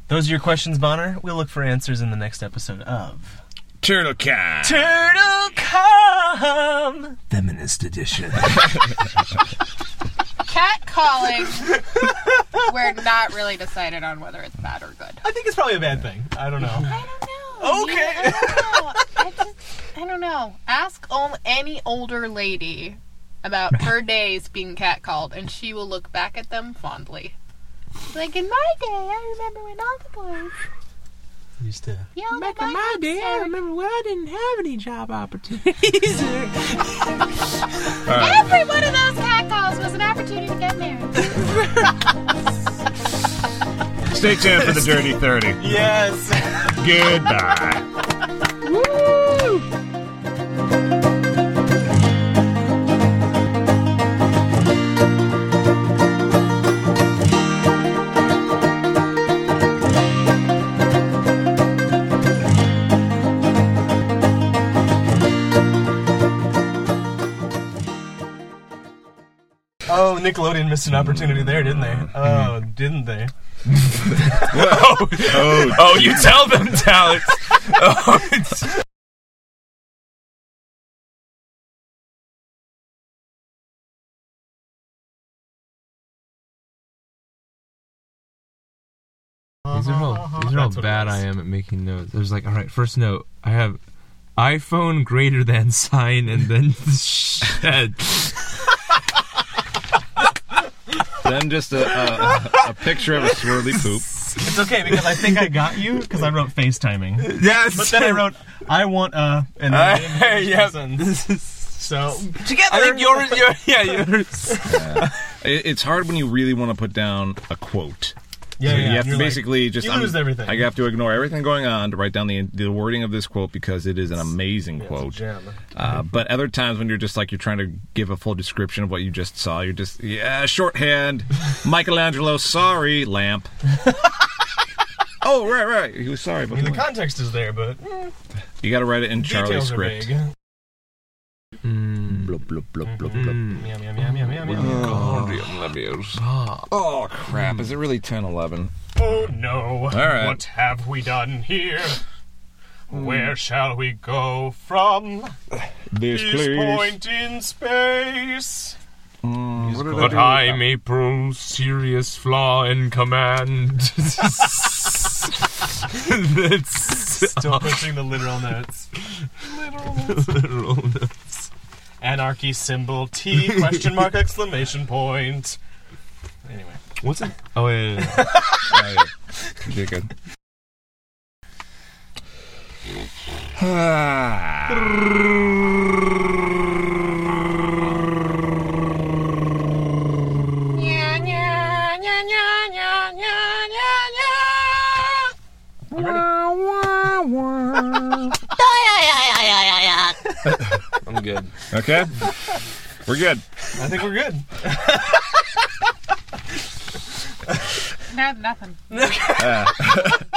C: Those are your questions, Bonner. We'll look for answers in the next episode of
B: Turtle Cat.
C: Turtle Come.
D: Feminist edition.
E: Cat calling. We're not really decided on whether it's bad or good.
C: I think it's probably a bad thing. I don't know.
E: I don't know. Okay. I don't know. I, just, I don't know. Ask ol- any older lady about her days being catcalled, and she will look back at them fondly. Like in my day, I remember when all the boys
C: Used to.
E: yelled at my,
D: remember when I didn't have any job opportunities.
E: Every one of those catcalls was an opportunity to get married.
B: Stay tuned for the Dirty 30.
C: Yes.
B: Goodbye.
C: Oh, Nickelodeon missed an opportunity there, didn't they?
B: Mm-hmm.
C: Oh, didn't they?
B: Oh,
D: oh, you tell them, Alex. Oh, it's-
H: These are all these are all
C: Uh-huh. That's what it
H: bad.
C: was.
H: I am at making notes. There's like, all right, first note. I have iPhone greater than sign and then shed.
B: then just a, a, a picture of a swirly poop.
C: It's okay because I think I got you because I wrote FaceTiming.
H: Yes.
C: But then I wrote, I want uh, and then I didn't finish the sentence. So
H: together. I think yours. Your, yeah, yours.
B: It, it's hard when you really want to put down a quote.
C: yeah,
B: you have
C: you're
B: to
C: like-
B: basically just
C: you
B: I'm-
C: lose everything.
B: I have to ignore everything going on to write down the the wording of this quote because it is an amazing
C: It's a
B: quote.
C: gem.
B: Uh, but other times when you're just like you're trying to give a full description of what you just saw, you're just yeah shorthand. Michelangelo, sorry, lamp. oh, right, right. He was sorry.
C: I
B: But
C: mean, the context is there, but mm,
B: you got to write it in Charlie's
C: details are
B: script. Mm.
C: vague.
B: Blub, blub, blub, blub, blub.
C: Meow, meow, meow, meow, meow, meow.
B: Oh, crap. Is it really 10 11?
K: Oh no.
B: right.
K: What have we done here? Where shall we go from
B: This
K: this point in space?
D: But Mm, I may prove serious flaw in command. That's
C: Still pushing the literal notes. Oh. Literal notes.
D: literal.
C: Anarchy symbol T question mark exclamation point. Anyway.
D: What's it? Oh, yeah, yeah, yeah.
B: Chicken. Ah.
D: I'm good.
B: okay. We're good.
C: I think we're good.
E: No, nothing.